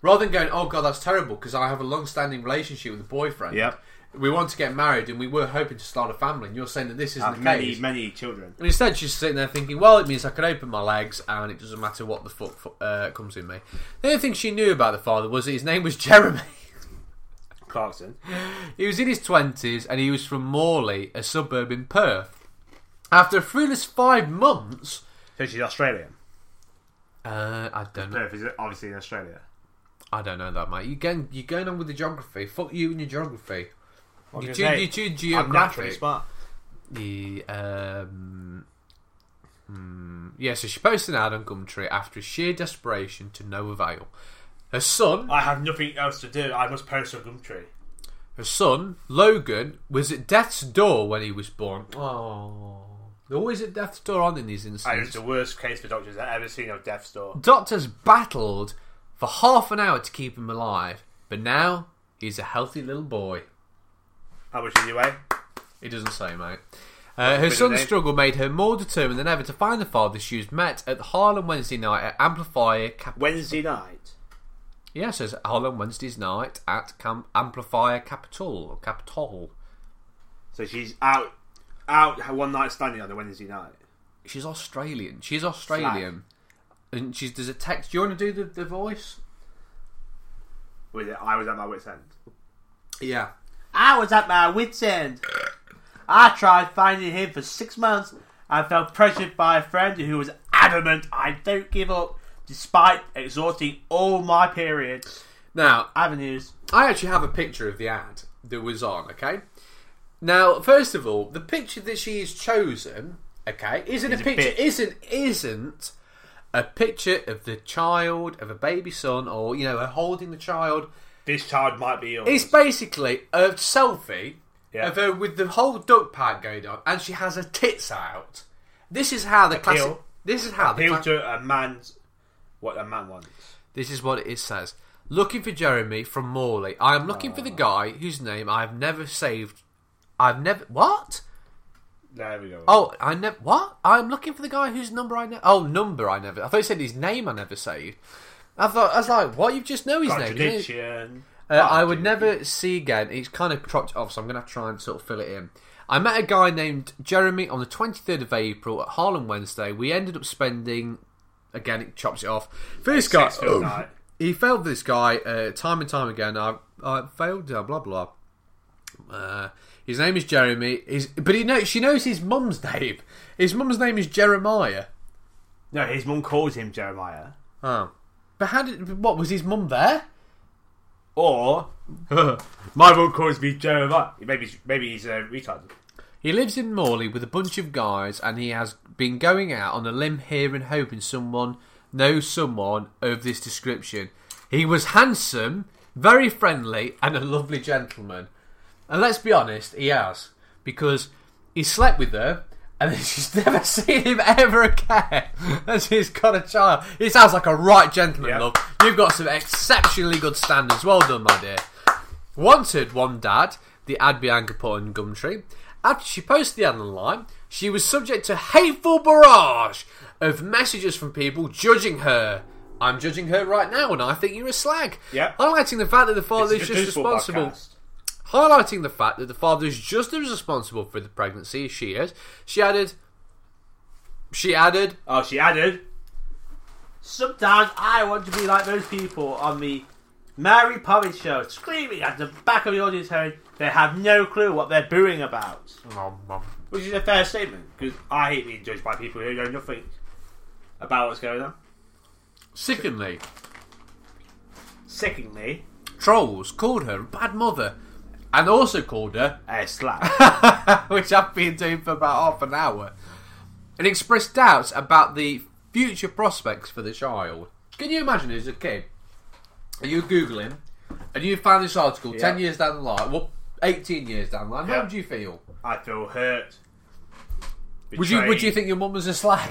[SPEAKER 2] Rather than going, "Oh God, that's terrible," because I have a long-standing relationship with a boyfriend.
[SPEAKER 1] Yep.
[SPEAKER 2] We want to get married, and we were hoping to start a family. And you're saying that this isn't
[SPEAKER 1] Have
[SPEAKER 2] the
[SPEAKER 1] many,
[SPEAKER 2] case.
[SPEAKER 1] many children.
[SPEAKER 2] And instead, she's sitting there thinking, well, it means I can open my legs and it doesn't matter what the fuck fu- uh, comes in me. The only thing she knew about the father was that his name was Jeremy.
[SPEAKER 1] Clarkson.
[SPEAKER 2] He was in his 20s and he was from Morley, a suburb in Perth. After a fruitless five months.
[SPEAKER 1] So she's Australian.
[SPEAKER 2] Uh, I don't know.
[SPEAKER 1] Perth is obviously in Australia.
[SPEAKER 2] I don't know that, mate. You're going, you're going on with the geography. Fuck you and your geography. You
[SPEAKER 1] was
[SPEAKER 2] chew,
[SPEAKER 1] gonna say,
[SPEAKER 2] you chew
[SPEAKER 1] I'm naturally
[SPEAKER 2] geographic.
[SPEAKER 1] smart.
[SPEAKER 2] The, um, mm, yeah, so she posted an ad on Gumtree after sheer desperation to no avail. Her son,
[SPEAKER 1] I have nothing else to do. I must post on Gumtree.
[SPEAKER 2] her son Logan, was at death's door when he was born. Oh, they're always at death's door, aren't they, in these
[SPEAKER 1] That is
[SPEAKER 2] instances?
[SPEAKER 1] the worst case for doctors I've ever seen of death's door.
[SPEAKER 2] Doctors battled for half an hour to keep him alive, but now he's a healthy little boy.
[SPEAKER 1] How much is your way?
[SPEAKER 2] It doesn't say, mate. Uh, her
[SPEAKER 1] of
[SPEAKER 2] son's
[SPEAKER 1] name.
[SPEAKER 2] struggle made her more determined than ever to find the father she was met at the Harlem Wednesday night at Amplifier. Cap-
[SPEAKER 1] Wednesday night.
[SPEAKER 2] yeah, it says Harlem Wednesday's night at Cam- Amplifier Capitol or Capitol.
[SPEAKER 1] So she's out, out one night standing on a Wednesday night.
[SPEAKER 2] She's Australian. She's Australian, and she's there's a text. Do you want to do the, the voice?
[SPEAKER 1] With it, I was at my wit's end.
[SPEAKER 2] Yeah.
[SPEAKER 1] I was at my wit's end. I tried finding him for six months. I felt pressured by a friend who was adamant I don't give up, despite exhausting all my periods,
[SPEAKER 2] Now
[SPEAKER 1] avenues.
[SPEAKER 2] I actually have a picture of the ad that was on, okay? Now, first of all, the picture that she has chosen, okay, isn't a
[SPEAKER 1] a
[SPEAKER 2] picture
[SPEAKER 1] bit-
[SPEAKER 2] isn't isn't a picture of the child of a baby son or you know, her holding the child.
[SPEAKER 1] This child might be yours.
[SPEAKER 2] It's basically a selfie
[SPEAKER 1] Yeah.
[SPEAKER 2] of her with the whole duck pad going on and she has her tits out. This is how the classic
[SPEAKER 1] Appeal.
[SPEAKER 2] this is how the
[SPEAKER 1] Appeal
[SPEAKER 2] classi-
[SPEAKER 1] to a man's what a man wants.
[SPEAKER 2] This is what it says. Looking for Jeremy from Morley. I am looking for
[SPEAKER 1] Oh.
[SPEAKER 2] the guy whose name I've never saved. I've never what?
[SPEAKER 1] There we go.
[SPEAKER 2] Oh, I never what? I'm looking for the guy whose number I never. Oh, number I never. I thought you said his name. I never saved. I thought I was like, what? You just know his name. you know-
[SPEAKER 1] Contradiction.
[SPEAKER 2] uh, I would never see again. It's kind of cropped off, so I'm going to try and sort of fill it in. I met a guy named Jeremy on the 23rd of April at Harlem Wednesday. We ended up spending, again, it chops it off. For this guy, oh.
[SPEAKER 1] Six foot night.
[SPEAKER 2] he failed this guy uh, time and time again. I, I failed, uh, blah, blah. Uh, his name is Jeremy. His, but he knows, she knows his mum's name. His mum's name is Jeremiah.
[SPEAKER 1] No, his mum calls him Jeremiah.
[SPEAKER 2] Oh. But how did, what, was his mum there?
[SPEAKER 1] Or [LAUGHS] my mum calls me Jeremiah. Maybe maybe he's a retard.
[SPEAKER 2] He lives in Morley with a bunch of guys, and he has been going out on a limb here and hoping someone knows someone of this description. He was handsome, very friendly, and a lovely gentleman. And let's be honest, he has, because he slept with her, and [LAUGHS] then she's never seen him ever again. [LAUGHS] And she's got a child. He sounds like a right gentleman,
[SPEAKER 1] Yeah.
[SPEAKER 2] love. You've got some exceptionally good standards. Well done, my dear. Wanted one dad, the ad Bianca put on Gumtree. After she posted the ad online, she was subject to hateful barrage of messages from people judging her. I'm judging her right now, and I think you're a slag.
[SPEAKER 1] Yeah.
[SPEAKER 2] Highlighting the fact that the father
[SPEAKER 1] It's
[SPEAKER 2] is
[SPEAKER 1] a
[SPEAKER 2] just
[SPEAKER 1] football
[SPEAKER 2] responsible
[SPEAKER 1] podcast.
[SPEAKER 2] highlighting the fact that the father is just as responsible for the pregnancy as she is. She added, she added,
[SPEAKER 1] Oh, she added. Sometimes I want to be like those people on the Mary Poppins show, screaming at the back of the audience, hearing they have no clue what they're booing about. Which is a fair statement, because I hate being judged by people who know nothing about what's going on.
[SPEAKER 2] Secondly,
[SPEAKER 1] Secondly,
[SPEAKER 2] trolls called her a bad mother and also called her,
[SPEAKER 1] a slap.
[SPEAKER 2] [LAUGHS] which I've been doing for about half an hour, and expressed doubts about the future prospects for the child. Can you imagine as a kid? And you were Googling and you found this article 10 years down the line, well, 18 years down the line. How
[SPEAKER 1] Yeah.
[SPEAKER 2] would you feel?
[SPEAKER 1] I feel hurt.
[SPEAKER 2] Would you, would you
[SPEAKER 1] betrayed.
[SPEAKER 2] think your mum was a slag?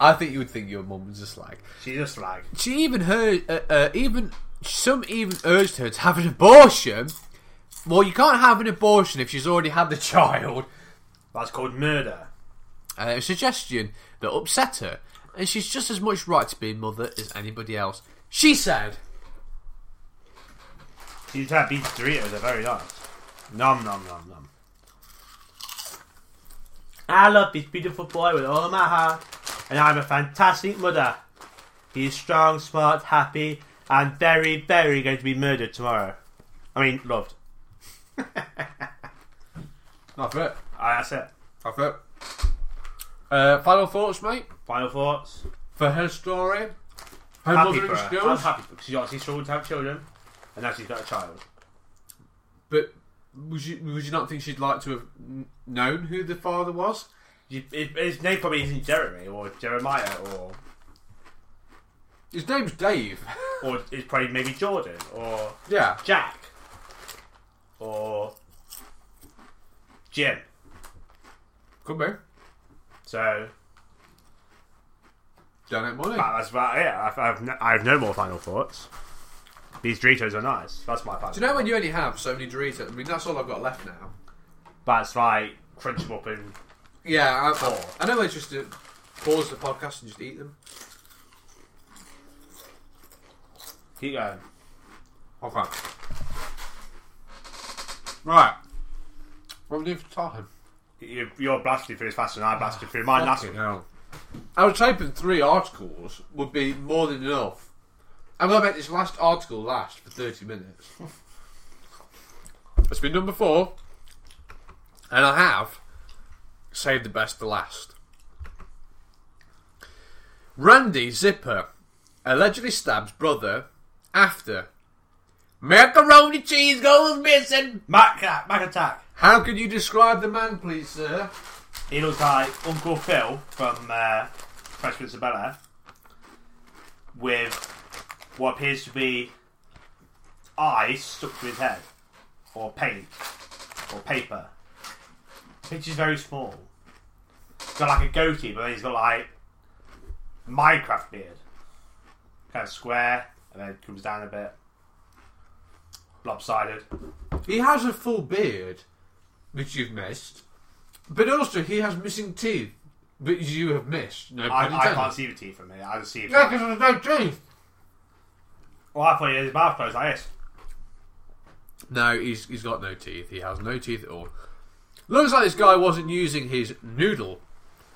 [SPEAKER 2] I think you would think your mum was a slag.
[SPEAKER 1] She's a slag.
[SPEAKER 2] she even heard, uh, uh, even some even urged her to have an abortion. Well, you can't have an abortion if she's already had the [LAUGHS] child.
[SPEAKER 1] That's called murder.
[SPEAKER 2] Uh, a suggestion that upset her, and she's just as much right to be a mother as anybody else. She said,
[SPEAKER 1] She's had these Doritos. They're very nice. Nom nom nom nom. I love this beautiful boy with all my heart, and I'm a fantastic mother. He is strong, smart, happy, and very, very going to be murdered tomorrow. I mean, loved.
[SPEAKER 2] "That's it.
[SPEAKER 1] Ah, that's it.
[SPEAKER 2] That's it." Uh, final thoughts, mate,
[SPEAKER 1] Final thoughts.
[SPEAKER 2] for her story. Her
[SPEAKER 1] Happy
[SPEAKER 2] mother
[SPEAKER 1] for her. I'm
[SPEAKER 2] skills,
[SPEAKER 1] happy because she obviously struggled to have children, and now she's got a child.
[SPEAKER 2] but would you would you not think she'd like to have kn- known who the father was?
[SPEAKER 1] She- His his name probably isn't Jeremy or Jeremiah or
[SPEAKER 2] His name's Dave.
[SPEAKER 1] or it's probably maybe Jordan or
[SPEAKER 2] yeah,
[SPEAKER 1] Jack or Jim.
[SPEAKER 2] could be.
[SPEAKER 1] So
[SPEAKER 2] Donate money.
[SPEAKER 1] that- that's about it. I've, I've, no, I have no more final thoughts. These Doritos are nice. That's my final.
[SPEAKER 2] Do you know
[SPEAKER 1] thought.
[SPEAKER 2] when you only have so many Doritos? I mean, that's all I've got left now.
[SPEAKER 1] That's like crunch them up and
[SPEAKER 2] Yeah, I, I, I know it's just to pause the podcast and just eat them.
[SPEAKER 1] keep going.
[SPEAKER 2] Okay. Right. What are we doing for time?
[SPEAKER 1] You, you're blasting through this faster than I blasted through mine last week.
[SPEAKER 2] hell. I was hoping three articles would be more than enough. I'm going to make this last article last for 30 minutes. it's been done before, and I have saved the best to last. Randy Zipper allegedly stabs brother after macaroni cheese goes missing.
[SPEAKER 1] Mac, uh, Mac attack.
[SPEAKER 2] How can you describe the man, please, sir?
[SPEAKER 1] He looks like Uncle Phil from uh, Fresh Prince of Bel Air with what appears to be eyes stuck to his head, or paint, or paper. Pitch is very small. He's got like a goatee, but then he's got like Minecraft beard. Kind of square, and then comes down a bit. Lopsided.
[SPEAKER 2] He has a full beard, which you've missed, but also he has missing teeth, which you have missed. No
[SPEAKER 1] I,
[SPEAKER 2] pun
[SPEAKER 1] I can't
[SPEAKER 2] intended.
[SPEAKER 1] see the teeth from here. I just see.
[SPEAKER 2] Yeah, 'cause there's no teeth.
[SPEAKER 1] Well, I thought he had his mouth closed like this.
[SPEAKER 2] No, he's he's got no teeth. He has no teeth at all. Looks like this guy wasn't using his noodle.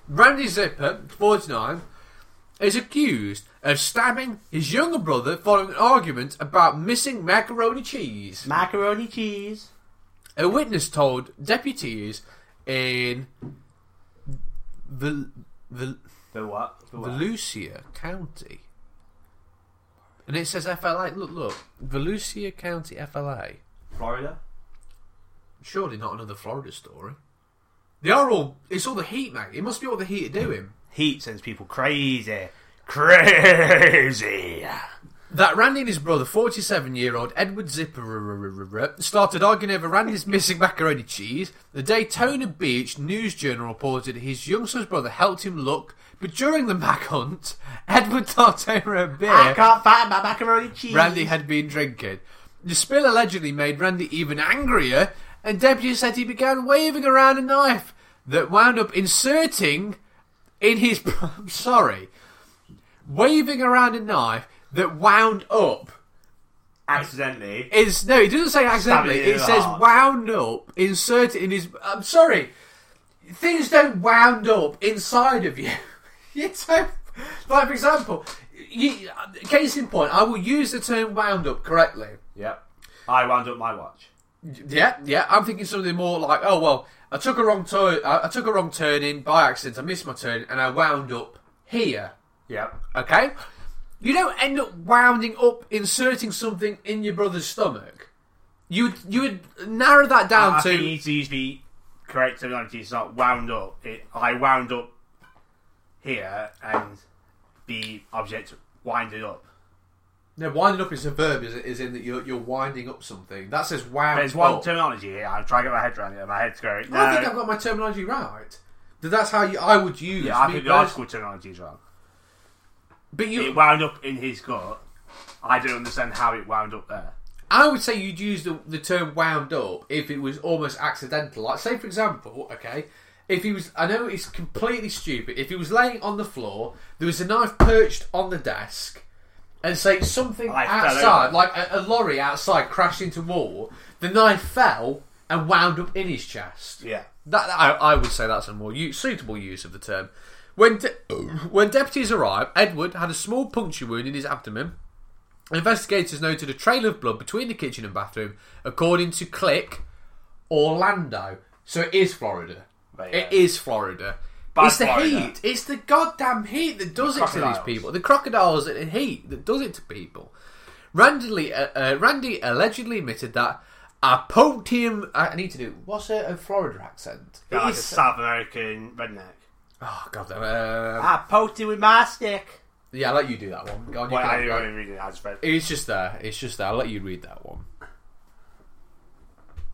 [SPEAKER 2] Randy Zipper, 49, is accused of stabbing his younger brother following an argument about missing macaroni cheese.
[SPEAKER 1] Macaroni cheese.
[SPEAKER 2] A witness told deputies in Val- Val-
[SPEAKER 1] The what? The what?
[SPEAKER 2] Volusia County. And it says FLA. Look, look. Volusia County FLA.
[SPEAKER 1] Florida.
[SPEAKER 2] Surely not another Florida story. They are all. It's all the heat, mate. It must be all the heat are doing.
[SPEAKER 1] Heat sends people crazy. Crazy.
[SPEAKER 2] That Randy and his brother, 47 year old Edward Zipper, started arguing over Randy's missing macaroni cheese. The Daytona Beach News Journal reported his young son's brother helped him look, but during the mac hunt, Edward [LAUGHS] thought over a beer.
[SPEAKER 1] can't find my macaroni cheese.
[SPEAKER 2] Randy had been drinking. The spill allegedly made Randy even angrier, and deputies said he began waving around a knife that wound up inserting in his. [LAUGHS] I'm sorry. Waving around a knife that wound up
[SPEAKER 1] accidentally.
[SPEAKER 2] is no. It doesn't say accidentally.
[SPEAKER 1] Stabbing it in
[SPEAKER 2] It
[SPEAKER 1] the
[SPEAKER 2] says
[SPEAKER 1] heart.
[SPEAKER 2] wound up, inserted in his. I'm sorry. Things don't wound up inside of [LAUGHS] you. You don't. Like, for example, you, case in point, I will use the term wound up correctly.
[SPEAKER 1] Yep. I wound up my watch.
[SPEAKER 2] Yeah, yeah. I'm thinking something more like, oh well, I took a wrong turn. I I took a wrong turn in by accident. I missed my turn, and I wound up here.
[SPEAKER 1] Yep.
[SPEAKER 2] Okay, you don't end up wounding up inserting something in your brother's stomach. You would- you would narrow that down
[SPEAKER 1] I
[SPEAKER 2] to
[SPEAKER 1] think you need to use the correct terminology. It's not wound up. It, I wound up here and the object winded up.
[SPEAKER 2] no winding up is a verb. Is, is in that you're you're winding up something. That says wound.
[SPEAKER 1] There's one
[SPEAKER 2] up.
[SPEAKER 1] terminology here. I'm trying to get my head around it. and My head's going. No,
[SPEAKER 2] I think I've got my terminology right. That That's how you, I would use.
[SPEAKER 1] yeah, I
[SPEAKER 2] me
[SPEAKER 1] think the
[SPEAKER 2] pers-
[SPEAKER 1] article terminology is wrong.
[SPEAKER 2] but you,
[SPEAKER 1] It wound up in his gut. I don't understand how it wound up there.
[SPEAKER 2] I would say you'd use the, the term wound up if it was almost accidental. Like, say, for example, okay, if he was, I know it's completely stupid, if he was laying on the floor, there was a knife perched on the desk, and say something
[SPEAKER 1] Like, fell
[SPEAKER 2] outside,
[SPEAKER 1] over.
[SPEAKER 2] like a, a lorry outside crashed into a wall, the knife fell and wound up in his chest.
[SPEAKER 1] Yeah.
[SPEAKER 2] That I, I would say that's a more u- suitable use of the term. When de- when deputies arrived, Edward had a small puncture wound in his abdomen. Investigators noted a trail of blood between the kitchen and bathroom, according to Click Orlando. So it is Florida.
[SPEAKER 1] Right,
[SPEAKER 2] It
[SPEAKER 1] yeah.
[SPEAKER 2] is Florida.
[SPEAKER 1] Bad
[SPEAKER 2] it's the
[SPEAKER 1] Florida.
[SPEAKER 2] heat. It's the goddamn heat that does it to these
[SPEAKER 1] crocodiles.
[SPEAKER 2] people. The crocodiles and the heat that does it to people. Randomly, uh, uh, Randy allegedly admitted that I poked him. I I need to do what's a, a Florida accent?
[SPEAKER 1] Yeah, like a
[SPEAKER 2] It's-
[SPEAKER 1] South American redneck.
[SPEAKER 2] oh god, uh,
[SPEAKER 1] I poked it with my stick.
[SPEAKER 2] yeah, I'll let you do that one. Go on, you
[SPEAKER 1] Well, I
[SPEAKER 2] can-
[SPEAKER 1] didn't
[SPEAKER 2] go on.
[SPEAKER 1] really read it. I just read.
[SPEAKER 2] It's just there. It's just there. I'll let you read that one.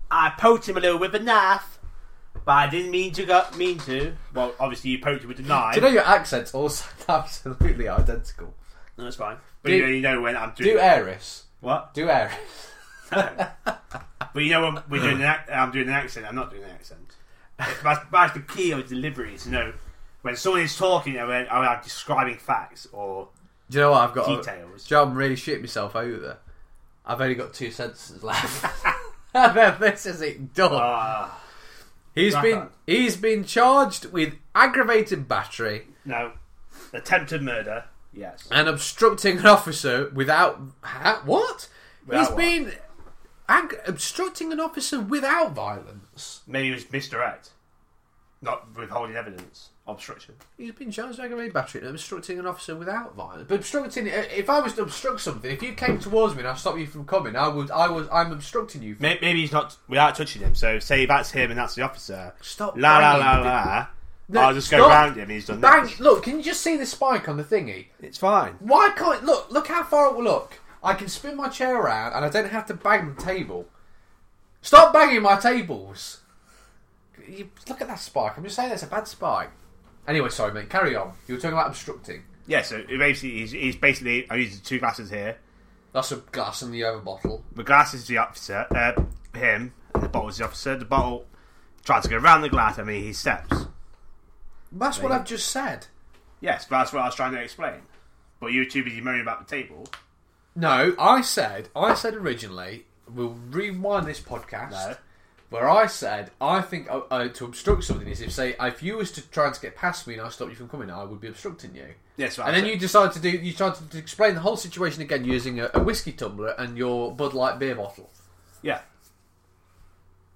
[SPEAKER 1] I poked him a little with a knife, but I didn't mean to. Go, mean to. Well, obviously you poked him with a knife.
[SPEAKER 2] Do you know your accents all sound [LAUGHS] absolutely identical?
[SPEAKER 1] No, that's fine. But
[SPEAKER 2] Do-
[SPEAKER 1] you, know, you know when I'm doing
[SPEAKER 2] Do Eris.
[SPEAKER 1] what?
[SPEAKER 2] Do Eris.
[SPEAKER 1] But you know when we're doing an ac- I'm doing an accent. I'm not doing an accent. That's, that's the key of delivery. Is to know when someone is talking and when oh, I'm like, describing facts or
[SPEAKER 2] Do you know what I've got?
[SPEAKER 1] Details.
[SPEAKER 2] Do you know I'm really shitting myself over. I've only got two sentences left. [LAUGHS] And then this is it done.
[SPEAKER 1] uh,
[SPEAKER 2] he's
[SPEAKER 1] right
[SPEAKER 2] been
[SPEAKER 1] on.
[SPEAKER 2] he's been charged with aggravated battery
[SPEAKER 1] no attempted murder. Yes.
[SPEAKER 2] and obstructing an officer without ha- what?
[SPEAKER 1] Without
[SPEAKER 2] He's
[SPEAKER 1] what?
[SPEAKER 2] been ag- obstructing an officer without violence.
[SPEAKER 1] Maybe it was misdirect, not withholding evidence, obstruction.
[SPEAKER 2] He's been charged with aggravated battery and obstructing an officer without violence. But obstructing, uh, if I was to obstruct something, if you came towards me and I stopped you from coming, I would, I was, I'm obstructing you. From
[SPEAKER 1] Maybe, maybe he's not without touching him. So say that's him and that's the officer.
[SPEAKER 2] Stop
[SPEAKER 1] La la la
[SPEAKER 2] banging.
[SPEAKER 1] la.
[SPEAKER 2] No,
[SPEAKER 1] I'll just go
[SPEAKER 2] stop.
[SPEAKER 1] round him. and He's done
[SPEAKER 2] Bang!
[SPEAKER 1] this.
[SPEAKER 2] Look, can you just see the spike on the thingy?
[SPEAKER 1] It's fine.
[SPEAKER 2] Why can't look? Look how far it will look. I can spin my chair around, and I don't have to bang the table. Stop banging my tables. You, look at that spike. I'm just saying that's a bad spike. Anyway, sorry, mate. Carry on. You were talking about obstructing.
[SPEAKER 1] Yeah. So it basically, he's, he's basically. I'm using two glasses here.
[SPEAKER 2] That's a glass in the other bottle.
[SPEAKER 1] The glass is the officer. Uh, him. And the bottle is the officer. The bottle tries to go round the glass. I mean, he steps.
[SPEAKER 2] That's what I've just said.
[SPEAKER 1] Yes, but that's what I was trying to explain. But you were too busy moaning about the table.
[SPEAKER 2] No, I said. I said originally. We'll rewind this podcast.
[SPEAKER 1] No.
[SPEAKER 2] where I said I think uh, uh, to obstruct something is if say if you was to try to get past me and I stopped you from coming, I would be obstructing you.
[SPEAKER 1] Yes,
[SPEAKER 2] And then you decided to do you tried to, to explain the whole situation again using a, a whiskey tumbler and your Bud Light beer bottle.
[SPEAKER 1] Yeah.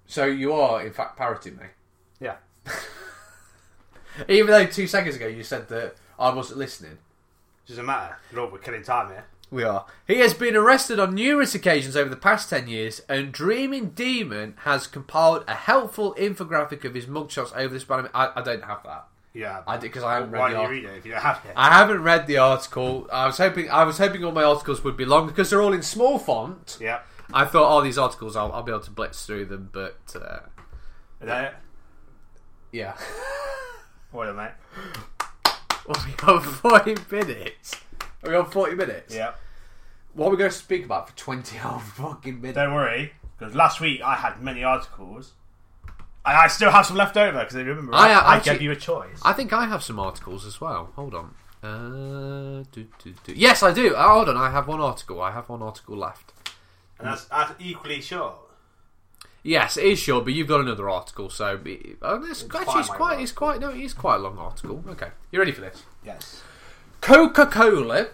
[SPEAKER 2] So you are in fact parroting me,
[SPEAKER 1] Yeah.
[SPEAKER 2] even though two seconds ago you said that I wasn't listening.
[SPEAKER 1] Doesn't matter. Look, we're killing time here.
[SPEAKER 2] We are. He has been arrested on numerous occasions over the past 10 years, and Dreaming Demon has compiled a helpful infographic of his mugshots over the span of. I, I don't have that.
[SPEAKER 1] Yeah.
[SPEAKER 2] I did because I haven't read
[SPEAKER 1] Why
[SPEAKER 2] the
[SPEAKER 1] do you
[SPEAKER 2] article.
[SPEAKER 1] read it if you don't have it?
[SPEAKER 2] I haven't read the article. I was hoping I was hoping all my articles would be long because they're all in small font.
[SPEAKER 1] yeah.
[SPEAKER 2] I thought, oh, these articles, I'll, I'll be able to blitz through them, but uh,
[SPEAKER 1] Is that it?
[SPEAKER 2] yeah, [LAUGHS]
[SPEAKER 1] Well done, mate.
[SPEAKER 2] well, we got forty minutes. Are we on forty minutes?
[SPEAKER 1] Yeah.
[SPEAKER 2] What are we going to speak about for twenty [LAUGHS] whole fucking minutes?
[SPEAKER 1] Don't worry, because last week I had many articles. And I still have some left over because I remember
[SPEAKER 2] I,
[SPEAKER 1] I,
[SPEAKER 2] uh,
[SPEAKER 1] I,
[SPEAKER 2] actually-
[SPEAKER 1] gave you a choice.
[SPEAKER 2] I think I have some articles as well. Hold on. Uh, do, do, do. Yes, I do. Oh, hold on, I have one article. I have one article left.
[SPEAKER 1] and that's, that's equally short.
[SPEAKER 2] Yes, it is short, but you've got another article, so it, oh,
[SPEAKER 1] It's
[SPEAKER 2] this, actually
[SPEAKER 1] quite
[SPEAKER 2] it's
[SPEAKER 1] my
[SPEAKER 2] quite
[SPEAKER 1] long
[SPEAKER 2] it's quite no, it is quite a long article. Okay, you ready for this?
[SPEAKER 1] Yes.
[SPEAKER 2] Coca Cola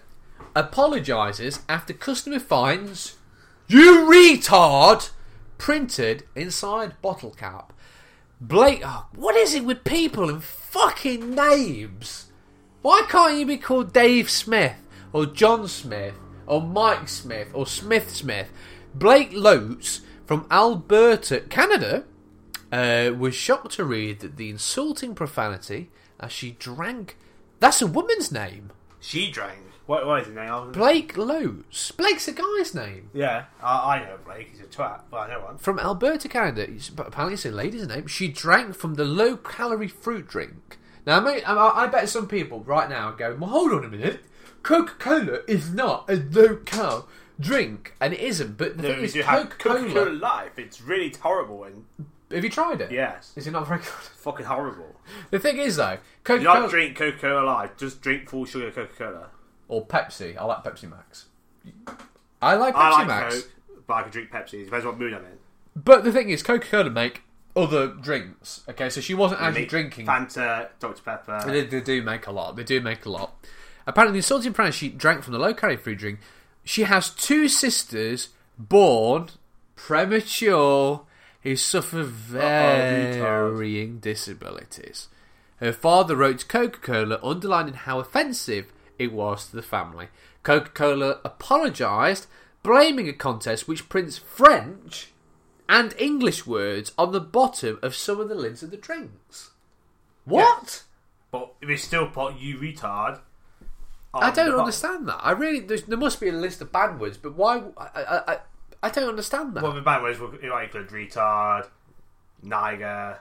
[SPEAKER 2] apologises after customer finds you retard printed inside bottle cap. Blake, oh, what is it with people and fucking names? Why can't you be called Dave Smith or John Smith or Mike Smith or Smith Smith? Blake Lotz from Alberta, Canada, uh, was shocked to read that the insulting profanity as she drank. That's a woman's name.
[SPEAKER 1] She drank. What, what is his name? I-
[SPEAKER 2] Blake Lotz. Blake's a guy's name.
[SPEAKER 1] Yeah, I, I know Blake. He's a twat, but I know one.
[SPEAKER 2] From Alberta, Canada. It's, but apparently it's a lady's name. She drank from the low calorie fruit drink. Now, I, may- I, I bet some people right now go, well, hold on a minute. Coca Cola is not a low cal drink. And it isn't. But the thing is, Coca
[SPEAKER 1] Coca-Cola
[SPEAKER 2] Cola.
[SPEAKER 1] Life. It's really horrible and
[SPEAKER 2] Have you tried it?
[SPEAKER 1] yes, it's
[SPEAKER 2] Is it not very good? [LAUGHS]
[SPEAKER 1] fucking horrible.
[SPEAKER 2] The thing is, though,
[SPEAKER 1] Do
[SPEAKER 2] Coca
[SPEAKER 1] not
[SPEAKER 2] Cola.
[SPEAKER 1] drink Coca-Cola Life. Just drink full sugar Coca-Cola.
[SPEAKER 2] Or Pepsi. I like Pepsi Max. I like Pepsi
[SPEAKER 1] I like
[SPEAKER 2] Max.
[SPEAKER 1] Coke, but I can drink Pepsi. It depends what mood I'm in.
[SPEAKER 2] But the thing is, Coca Cola make other drinks. Okay, so she wasn't actually
[SPEAKER 1] Mint,
[SPEAKER 2] drinking.
[SPEAKER 1] Fanta, Dr Pepper.
[SPEAKER 2] They, they do make a lot. They do make a lot. Apparently, the insulting price she drank from the low calorie fruit drink. She has two sisters born premature who suffer varying disabilities. Her father wrote to Coca Cola underlining how offensive it was to the family. Coca Cola apologised, blaming a contest which prints French and English words on the bottom of some of the lids of the drinks. What?
[SPEAKER 1] But we still put you retard. on
[SPEAKER 2] I
[SPEAKER 1] the
[SPEAKER 2] don't
[SPEAKER 1] bottom.
[SPEAKER 2] understand that. I really there's, there must be a list of bad words, but why? I I, I, I don't understand that.
[SPEAKER 1] Well, the bad words would like include retard, niger,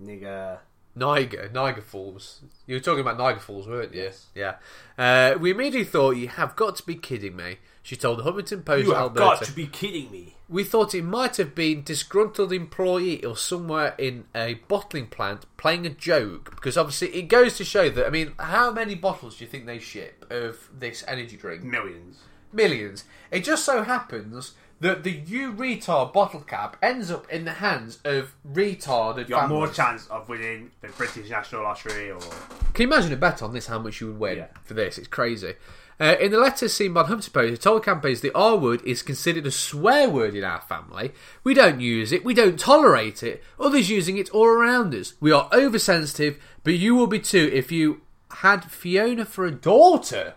[SPEAKER 1] nigger.
[SPEAKER 2] Niger, Niger Falls. You were talking about Niger Falls, weren't you? Yeah. Uh, we immediately thought you have got to be kidding me. She told the Huffington Post,
[SPEAKER 1] You have
[SPEAKER 2] Alberta.
[SPEAKER 1] got to be kidding me.
[SPEAKER 2] We thought it might have been disgruntled employee or somewhere in a bottling plant playing a joke because obviously it goes to show that I mean, how many bottles do you think they ship of this energy drink?
[SPEAKER 1] Millions.
[SPEAKER 2] millions. It just so happens that the you retard bottle cap ends up in the hands of retarded
[SPEAKER 1] You got more
[SPEAKER 2] families.
[SPEAKER 1] chance of winning the British National Lottery or
[SPEAKER 2] Can you imagine a bet on this? How much you would win
[SPEAKER 1] Yeah.
[SPEAKER 2] for this? It's crazy. Uh, in the letter seen by the Humpty Post, he told campaigners the R word is considered a swear word in our family. We don't use it, we don't tolerate it, others using it all around us. We are oversensitive, but you will be too if you had Fiona for a daughter.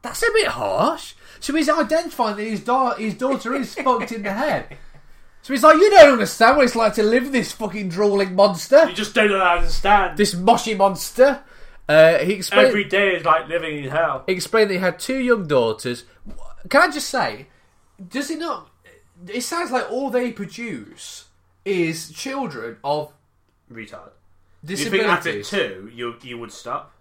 [SPEAKER 2] That's a bit harsh. So he's identifying that his, da- his daughter is fucked in the head. So he's like, you don't understand what it's like to live with this fucking drooling monster,
[SPEAKER 1] You just don't understand.
[SPEAKER 2] this moshy monster. Uh, he explained.
[SPEAKER 1] Every day is like living in hell.
[SPEAKER 2] He explained that he had two young daughters. Can I just say, does it not? It sounds like all they produce is children of
[SPEAKER 1] Retard. You think after
[SPEAKER 2] disabilities. You think,
[SPEAKER 1] two, you you would stop?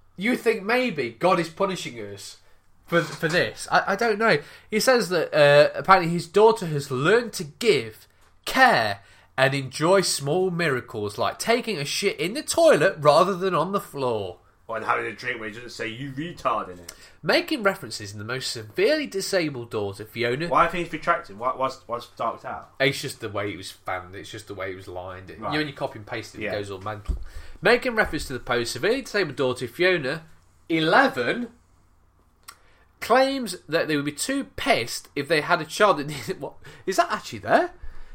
[SPEAKER 2] maybe God is punishing us for for this? I, I don't know. He says that uh, apparently his daughter has learned to give care and enjoy small miracles, like taking a shit in the toilet rather than on the floor.
[SPEAKER 1] Or having a drink where it doesn't say you retard in it.
[SPEAKER 2] Making references in the most severely disabled daughter, Fiona,
[SPEAKER 1] Why are things retracted? Why was was darked out?
[SPEAKER 2] It's just the way it was fanned. It's just the way it was lined. You know, when you copy and paste it,
[SPEAKER 1] Yeah.
[SPEAKER 2] it goes all mental. Making reference to the post, severely disabled daughter Fiona, 11, claims that they would be too pissed if they had a child that needed. [LAUGHS] What? Is that actually there?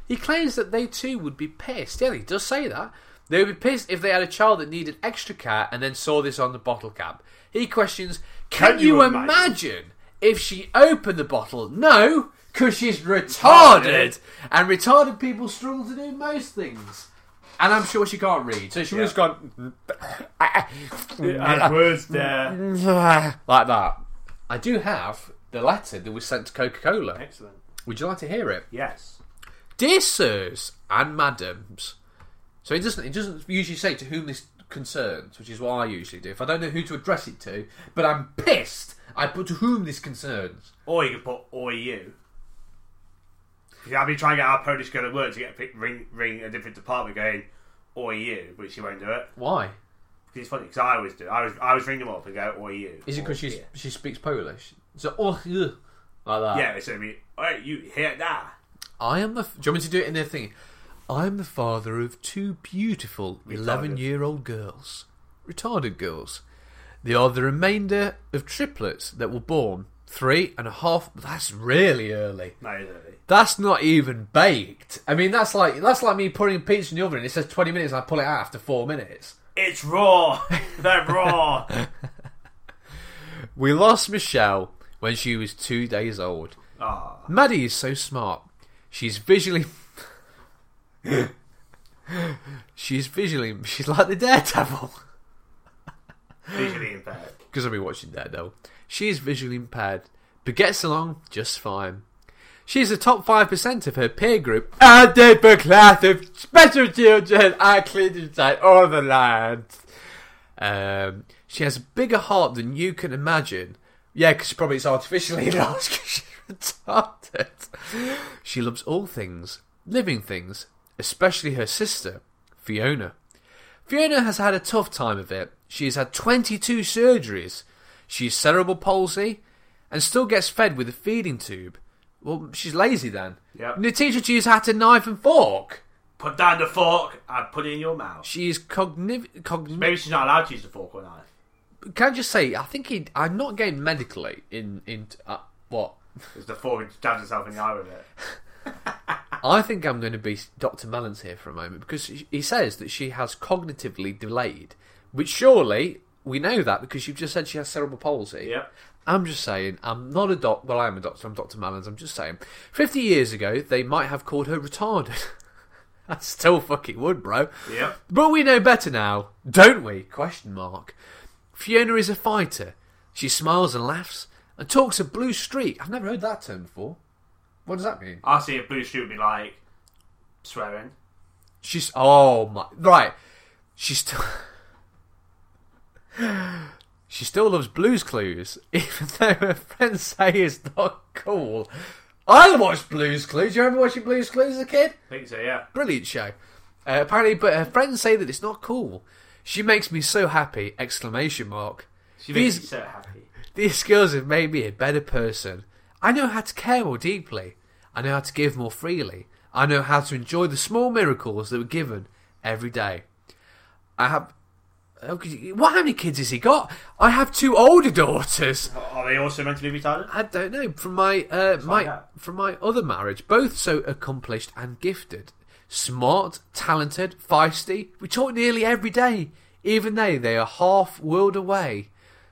[SPEAKER 2] He claims that they too would be pissed. Yeah, he does say that. They would be pissed if they had a child that needed extra care and then saw this on the bottle cap. He questions, can, you, imagine? if she opened the bottle? No, because she's retarded. And retarded people struggle to do most things. And I'm sure she can't read. So she would have just gone
[SPEAKER 1] words
[SPEAKER 2] Mm-hmm.
[SPEAKER 1] there.
[SPEAKER 2] [SIGHS] like that. I do have the letter that was sent to Coca Cola.
[SPEAKER 1] Excellent.
[SPEAKER 2] Would you like to hear it?
[SPEAKER 1] Yes.
[SPEAKER 2] Dear sirs and madams. So it doesn't it doesn't usually say to whom this concerns, which is what I usually do. If I don't know who to address it to, but I'm pissed, I put to whom this concerns.
[SPEAKER 1] Or you could put or you. Because I've been trying to get our Polish girl at work to get a pic- ring ring a different department going or you, but she won't do it.
[SPEAKER 2] Why?
[SPEAKER 1] Because it's funny. Because I always do. I was I always ring them up and go or you.
[SPEAKER 2] Is it
[SPEAKER 1] Or
[SPEAKER 2] because she
[SPEAKER 1] you.
[SPEAKER 2] she speaks Polish? So oh ugh, like that.
[SPEAKER 1] Yeah, it's gonna be. Hey, you hear that?
[SPEAKER 2] I am the. F- do you want me to do it in their thing? I am the father of two beautiful eleven-year-old girls, retarded girls. They are the remainder of triplets that were born three and a half. That's really early.
[SPEAKER 1] No, he's early.
[SPEAKER 2] That's not even baked. I mean, that's like that's like me putting pizza in the oven and it says twenty minutes. and I pull it out after four minutes.
[SPEAKER 1] It's raw. [LAUGHS] They're raw.
[SPEAKER 2] We lost Michelle when she was two days old.
[SPEAKER 1] Ah,
[SPEAKER 2] Maddie is so smart. She's visually. [LAUGHS] she's visually. She's like the daredevil. [LAUGHS]
[SPEAKER 1] visually impaired.
[SPEAKER 2] because I've been watching Daredevil. She is visually impaired, but gets along just fine. She is the top 5% of her peer group and the upper class of special children are clean inside all the lands. Um, she has a bigger heart than you can imagine. Yeah, because probably it's artificially [LAUGHS] large 'cause she's retarded. She loves all things, living things, especially her sister, Fiona. Fiona has had a tough time of it. She has had 22 surgeries. She has cerebral palsy and still gets fed with a feeding tube. Well, she's lazy then.
[SPEAKER 1] Yep.
[SPEAKER 2] And the teacher used how to knife and fork.
[SPEAKER 1] Put down the fork and put it in your mouth.
[SPEAKER 2] She is cognitive. Cogn-
[SPEAKER 1] Maybe she's not allowed to use the fork or knife.
[SPEAKER 2] Can I just say, I think he, I'm not getting medically in. in uh, what?
[SPEAKER 1] Because the fork stabs itself in the eye with it.
[SPEAKER 2] I think I'm going to be Dr. Mellons here for a moment because he says that she has cognitively delayed, which surely we know that because you've just said she has cerebral palsy.
[SPEAKER 1] Yep.
[SPEAKER 2] I'm just saying, I'm not a doc. Well, I am a doctor. I'm Dr. Mallins. I'm just saying. 50 years ago, they might have called her retarded. [LAUGHS] I still fucking would, bro.
[SPEAKER 1] Yep.
[SPEAKER 2] But we know better now, don't we? Question mark. Fiona is a fighter. She smiles and laughs and talks a blue streak. I've never heard that term before. What does that mean?
[SPEAKER 1] I see a blue streak would be like swearing.
[SPEAKER 2] She's oh my right. She still [LAUGHS] she still loves Blues Clues, [LAUGHS] even though her friends say it's not cool. I watched Blues Clues. Do you remember watching Blues Clues as a kid?
[SPEAKER 1] I think so, yeah.
[SPEAKER 2] Brilliant show. Uh, apparently, but her friends say that it's not cool. She makes me so happy! Exclamation mark.
[SPEAKER 1] She makes me
[SPEAKER 2] These-
[SPEAKER 1] so happy.
[SPEAKER 2] These skills have made me a better person. I know how to care more deeply. I know how to give more freely. I know how to enjoy the small miracles that were given every day. I have. Okay, What? How many kids has he got? I have two older [LAUGHS] daughters.
[SPEAKER 1] Are they also mentally retarded?
[SPEAKER 2] I don't know from my uh, my
[SPEAKER 1] find out.
[SPEAKER 2] from my other marriage. Both so accomplished and gifted, smart, talented, feisty. We talk nearly every day. Even though they are half world away,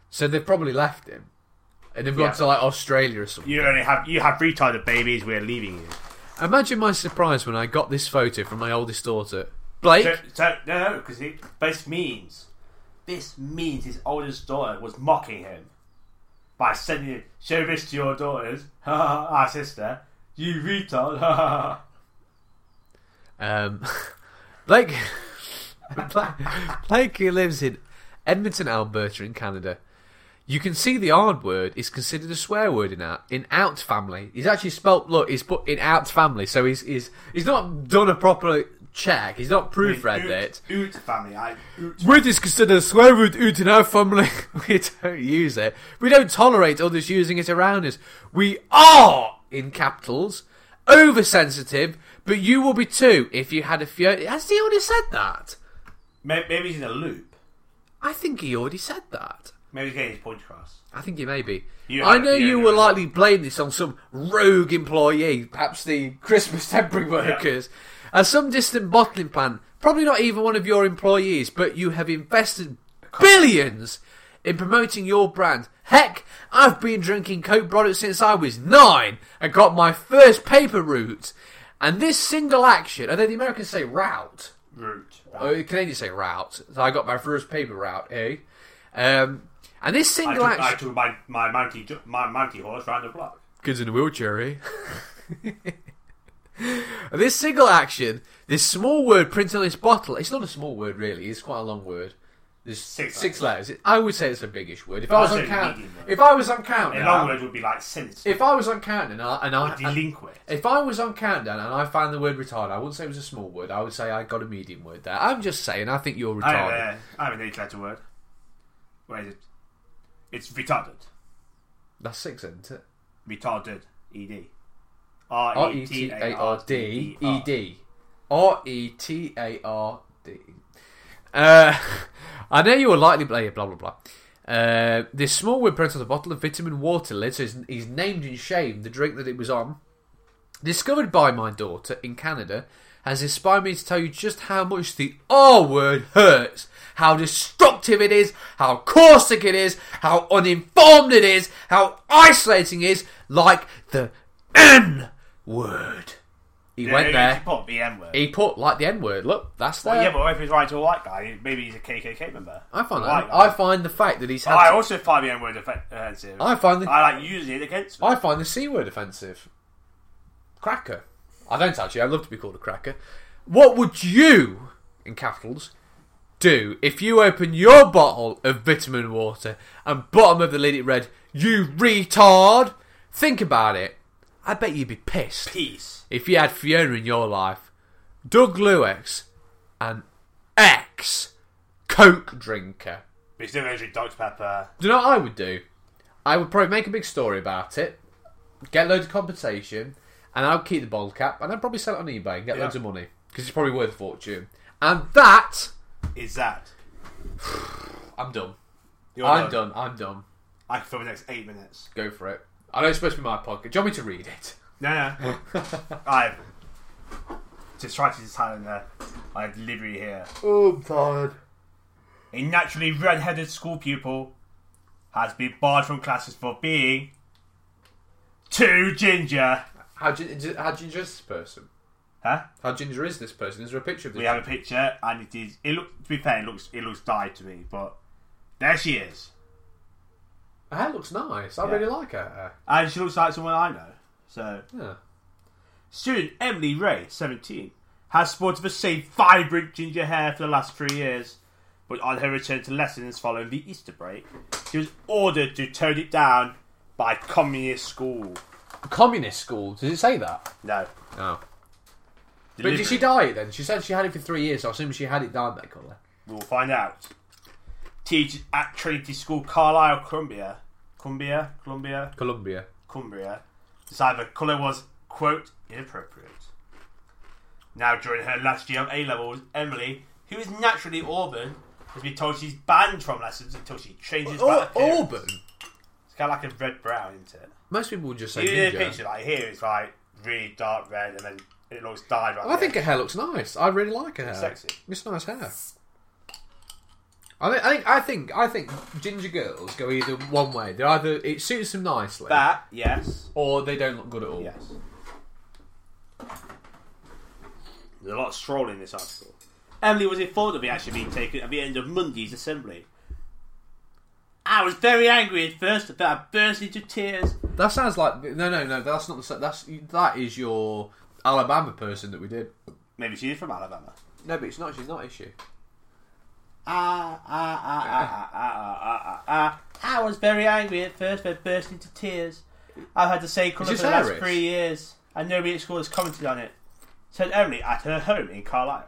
[SPEAKER 2] so they've probably left him, and they've
[SPEAKER 1] Yeah.
[SPEAKER 2] gone to like Australia or something.
[SPEAKER 1] You only have you have retarded babies. We're leaving you.
[SPEAKER 2] Imagine my surprise when I got this photo from my oldest daughter, Blake.
[SPEAKER 1] So, so no, no, because this means this means his oldest daughter was mocking him by sending show this to your daughters, [LAUGHS] our sister, you retard. [LAUGHS]
[SPEAKER 2] Um, [LAUGHS] Blake, Blake, who lives in Edmonton, Alberta, in Canada. You can see the R word is considered a swear word in out in out family. He's actually spelt look. He's put in out family, so he's he's he's not done a proper check. He's not proofread it.
[SPEAKER 1] Oot family, I oot.
[SPEAKER 2] Word is considered a swear word out in our family. [LAUGHS] we don't use it. We don't tolerate others using it around us. We are, in capitals, oversensitive, but you will be too if you had a few. Has he already said that?
[SPEAKER 1] May- Maybe he's in a loop.
[SPEAKER 2] I think he already said that.
[SPEAKER 1] Maybe he's getting his point across.
[SPEAKER 2] I think he may be.
[SPEAKER 1] You
[SPEAKER 2] I
[SPEAKER 1] have-
[SPEAKER 2] know
[SPEAKER 1] you
[SPEAKER 2] you
[SPEAKER 1] know.
[SPEAKER 2] will likely blame this on some rogue employee, perhaps the [LAUGHS] Christmas temporary workers, and some distant bottling plant, probably not even one of your employees, but you have invested billions in promoting your brand. Heck, I've been drinking Coke products since I was nine and got my first paper route. And this single action, although the Americans say route,
[SPEAKER 1] Root.
[SPEAKER 2] or the Canadians say route, so I got my first paper route, eh? Um, and this
[SPEAKER 1] I
[SPEAKER 2] single
[SPEAKER 1] took, I
[SPEAKER 2] action.
[SPEAKER 1] took my my mounty ju- my mounty horse round the block.
[SPEAKER 2] kids in a wheelchair, eh? [LAUGHS] this single action, this small word printed on this bottle, it's not a small word really, it's quite a long word. There's six,
[SPEAKER 1] Six
[SPEAKER 2] letters. I would say it's a biggish word. If I was
[SPEAKER 1] I'd
[SPEAKER 2] on
[SPEAKER 1] say
[SPEAKER 2] count,
[SPEAKER 1] medium word.
[SPEAKER 2] if I was on countdown,
[SPEAKER 1] A long word would be like since
[SPEAKER 2] if I was on countdown, and I, and I and-
[SPEAKER 1] delinquent.
[SPEAKER 2] if I was on countdown and I found the word retarded, I wouldn't say it was a small word. I would say I got a medium word there. I'm just saying, I think you're
[SPEAKER 1] I
[SPEAKER 2] retarded.
[SPEAKER 1] have, uh, I have an eight-letter word. Where is it? It's retarded.
[SPEAKER 2] That's six, isn't it?
[SPEAKER 1] Retarded. E Ed.
[SPEAKER 2] R e t a r d e d r e t [LAUGHS] a r d. Uh, I know you will likely play blah blah blah. Uh, this small whimperant on a bottle of vitamin water lid, so he's, he's named in shame the drink that it was on, discovered by my daughter in Canada, has inspired me to tell you just how much the R word hurts, how destructive it is, how caustic it is, how uninformed it is, how isolating it is, like the N word. He went
[SPEAKER 1] He
[SPEAKER 2] there.
[SPEAKER 1] put the N word.
[SPEAKER 2] He put like the N word. Look, that's there.
[SPEAKER 1] yeah, but what if he's writing to a white guy? Maybe he's a KKK member.
[SPEAKER 2] I find
[SPEAKER 1] A
[SPEAKER 2] that,
[SPEAKER 1] white guy.
[SPEAKER 2] I find the fact that he's had.
[SPEAKER 1] I also find the N word offensive.
[SPEAKER 2] I find the
[SPEAKER 1] I like using it against me.
[SPEAKER 2] I find the C word offensive. Cracker. I don't actually. I'd love to be called a cracker. What would you, in capitals, do if you open your bottle of vitamin water and bottom of the lid it read, you retard? Think about it. I bet you'd be pissed
[SPEAKER 1] Peace.
[SPEAKER 2] if you had Fiona in your life, Doug Lewis, an ex Coke drinker.
[SPEAKER 1] But he's doing those with Dr. Pepper.
[SPEAKER 2] Do you know what I would do? I would probably make a big story about it, get loads of compensation, and I would keep the bottle cap, and I'd probably sell it on eBay and get
[SPEAKER 1] Yeah.
[SPEAKER 2] loads of money because it's probably worth a fortune. And that
[SPEAKER 1] Is that?
[SPEAKER 2] I'm done.
[SPEAKER 1] You're
[SPEAKER 2] I'm done. I'm done.
[SPEAKER 1] I can film the next eight minutes.
[SPEAKER 2] Go for it. I know it's supposed to be my podcast. Do you want me to read it?
[SPEAKER 1] No, no. I've just tried to decide there. I've literally here.
[SPEAKER 2] Oh, I'm tired.
[SPEAKER 1] A naturally red-headed school pupil has been barred from classes for being too ginger.
[SPEAKER 2] How, gin- how ginger is this person?
[SPEAKER 1] Huh?
[SPEAKER 2] How ginger is this person? Is there a picture of this?
[SPEAKER 1] We have a picture, and it is. It look to be fair, it looks it looks dyed to me, but there she is,
[SPEAKER 2] Her hair looks nice. I really like her hair.
[SPEAKER 1] and she looks like someone I know. So,
[SPEAKER 2] Yeah.
[SPEAKER 1] student Emily Ray, seventeen, has sported the same vibrant ginger hair for the last three years, but on her return to lessons following the Easter break, she was ordered to tone it down by communist school.
[SPEAKER 2] Communist school. Does it say that?
[SPEAKER 1] No,
[SPEAKER 2] Oh. But did she
[SPEAKER 1] deliberate.
[SPEAKER 2] dye it then? She said she had it for three years, so I assume she had it dyed that colour.
[SPEAKER 1] We'll find out. Teaches at Trinity School, Carlisle, Cumbria. Cumbria? Columbia?
[SPEAKER 2] Columbia.
[SPEAKER 1] Cumbria. Decided the colour was, quote, inappropriate. Now, during her last year of A levels, Emily, who is naturally Auburn, has been told she's banned from lessons until she changes back. appearance.
[SPEAKER 2] Oh, Auburn.
[SPEAKER 1] It's kind of like a red brown, isn't it?
[SPEAKER 2] Most people would just say
[SPEAKER 1] You see the
[SPEAKER 2] ginger.
[SPEAKER 1] picture, like here, it's like really dark red and then it looks dyed right
[SPEAKER 2] I think her hair looks nice. I really like her hair.
[SPEAKER 1] Sexy.
[SPEAKER 2] It's nice hair. I think, I think I think I think ginger girls go either one way. They either it suits them nicely,
[SPEAKER 1] That, yes.
[SPEAKER 2] or they don't look good at all.
[SPEAKER 1] Yes. There's a lot of strolling in this article. Emily was informed of the action being taken at the end of Monday's assembly. I was very angry at first, but I burst into tears.
[SPEAKER 2] That sounds like no, no, no. That's not the sa- that's that is your Alabama person that we did.
[SPEAKER 1] Maybe she is from Alabama.
[SPEAKER 2] No, but it's not. She's not. Is she?
[SPEAKER 1] Ah, ah, ah, ah, ah, ah, ah, ah, ah. I was very angry at first, but burst into tears. I've had the same colour for
[SPEAKER 2] Is
[SPEAKER 1] the
[SPEAKER 2] this
[SPEAKER 1] last
[SPEAKER 2] Irish?
[SPEAKER 1] three years, and nobody at school has commented on it. Said Emily at her home in Carlisle.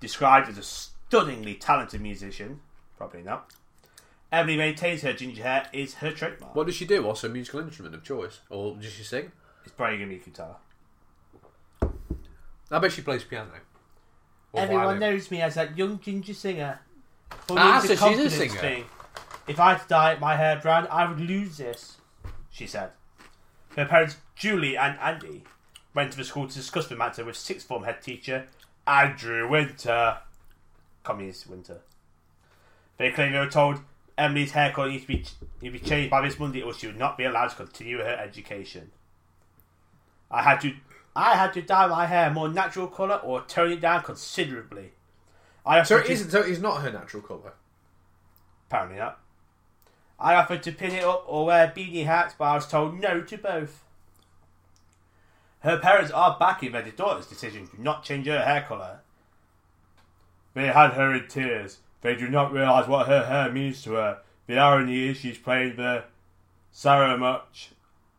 [SPEAKER 1] Described as a stunningly talented musician, probably not. Emily maintains her ginger hair is her trademark.
[SPEAKER 2] What does she do? Also, a musical instrument of choice, or does she sing?
[SPEAKER 1] It's probably gonna be guitar.
[SPEAKER 2] I bet she plays piano. Or
[SPEAKER 1] Everyone
[SPEAKER 2] violin.
[SPEAKER 1] knows me as that young ginger singer. But
[SPEAKER 2] Ah,
[SPEAKER 1] it's
[SPEAKER 2] so she's a
[SPEAKER 1] confidence
[SPEAKER 2] singer.
[SPEAKER 1] If I had to dye my hair brown, I would lose this, she said. Her parents, Julie and Andy, went to the school to discuss the matter with sixth form head teacher Andrew Winter. Communist Winter. They claim they were told Emily's haircut needs to be, needs to be changed by this Monday or she would not be allowed to continue her education. I had to I had to dye my hair more natural colour or tone it down considerably. I
[SPEAKER 2] So
[SPEAKER 1] offered
[SPEAKER 2] it
[SPEAKER 1] to-
[SPEAKER 2] isn't. So it's not her natural colour.
[SPEAKER 1] apparently not. I offered to pin it up or wear beanie hats, but I was told no to both. Her parents are backing their daughter's decision to not change her hair colour. They had her in tears. They do not realise what her hair means to her. The irony is she's playing the Sarah Much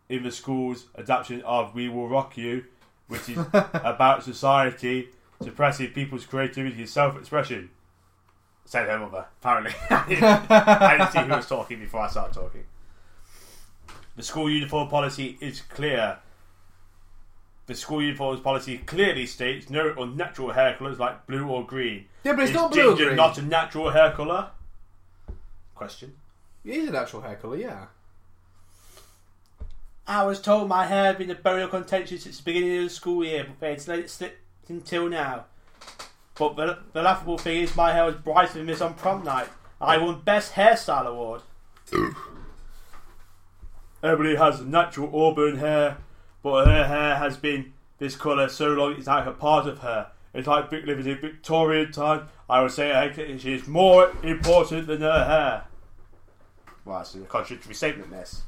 [SPEAKER 1] in the school's adaptation of We Will Rock You, which is about society suppressing people's creativity and self expression. Said her mother, apparently. [LAUGHS] I didn't see who was talking before I started talking. The school uniform policy is clear. The school uniforms policy clearly states no unnatural hair colours like blue or green.
[SPEAKER 2] Yeah, but it's
[SPEAKER 1] Is
[SPEAKER 2] not blue or
[SPEAKER 1] ginger
[SPEAKER 2] green.
[SPEAKER 1] not a natural hair colour? Question.
[SPEAKER 2] It is an actual hair colour, yeah.
[SPEAKER 1] I was told my hair had been a burial contention since the beginning of the school year, but they had let it slip until now. But the, the laughable thing is, my hair was brighter than this on prom night. I won Best Hairstyle Award. Everybody has natural auburn hair, but her hair has been this colour so long it's like a part of her. It's like Vic living in Victorian time. I would say her- she is more important than her hair. Well, that's a contradictory statement, this.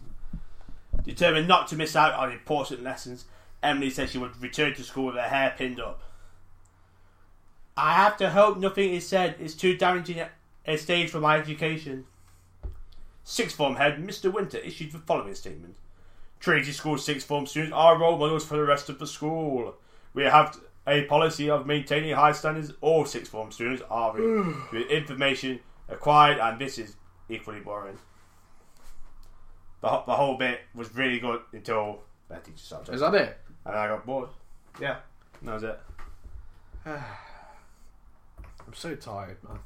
[SPEAKER 1] Determined not to miss out on important lessons, Emily said she would return to school with her hair pinned up. I have to hope nothing is said. It's too damaging a- a stage for my education. Sixth form head Mr. Winter issued the following statement: Trinity School sixth form students are role models for the rest of the school. We have a policy of maintaining high standards. All sixth form students are re- with information acquired, and this is equally boring. The, ho- the whole bit was really good until that teacher started,
[SPEAKER 2] Is
[SPEAKER 1] and
[SPEAKER 2] that it?
[SPEAKER 1] I got bored. Yeah, that was it.
[SPEAKER 2] I'm so tired, man.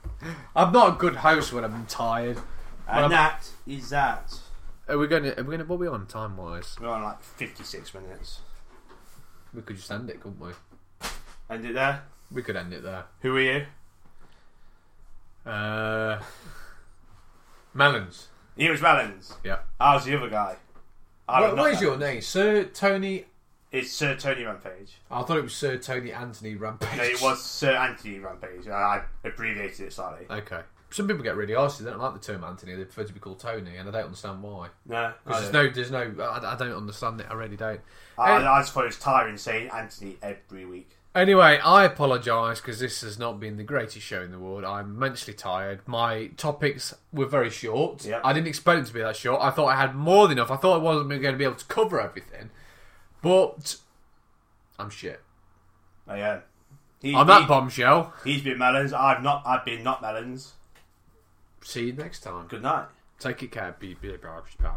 [SPEAKER 2] [LAUGHS] I'm not a good host when I'm tired.
[SPEAKER 1] And that is that.
[SPEAKER 2] Are we going to, are we going to, what are we on time wise?
[SPEAKER 1] We're on like 56 minutes.
[SPEAKER 2] We could just end it, couldn't we?
[SPEAKER 1] End it there.
[SPEAKER 2] We could end it there.
[SPEAKER 1] Who are you?
[SPEAKER 2] Uh, melons.
[SPEAKER 1] He was Mellons.
[SPEAKER 2] Yeah.
[SPEAKER 1] I was the other guy. I was
[SPEAKER 2] What,
[SPEAKER 1] not
[SPEAKER 2] what is your
[SPEAKER 1] Mellons.
[SPEAKER 2] name? Sir Tony.
[SPEAKER 1] It's Sir Tony Rampage.
[SPEAKER 2] I thought it was Sir Tony Anthony Rampage.
[SPEAKER 1] No, it was Sir Anthony Rampage. I I abbreviated it slightly.
[SPEAKER 2] Okay. Some people get really arsy. They don't like the term Anthony. They prefer to be called Tony, and I don't understand why.
[SPEAKER 1] No, I,
[SPEAKER 2] Because
[SPEAKER 1] don't.
[SPEAKER 2] there's no, there's no. I, I don't understand it. I really don't.
[SPEAKER 1] I, I just thought it was tiring saying Anthony every week.
[SPEAKER 2] Anyway, I apologise because this has not been the greatest show in the world. I'm immensely tired. My topics were very short.
[SPEAKER 1] Yeah.
[SPEAKER 2] I didn't expect them to be that short. I thought I had more than enough. I thought I wasn't going to be able to cover everything, but I'm shit.
[SPEAKER 1] Oh, yeah. He,
[SPEAKER 2] On
[SPEAKER 1] he,
[SPEAKER 2] that bombshell,
[SPEAKER 1] He's been Mellons. I've not. I've been not Mellons.
[SPEAKER 2] see you next time.
[SPEAKER 1] Good night.
[SPEAKER 2] Take it care. Be, be, be, be, be.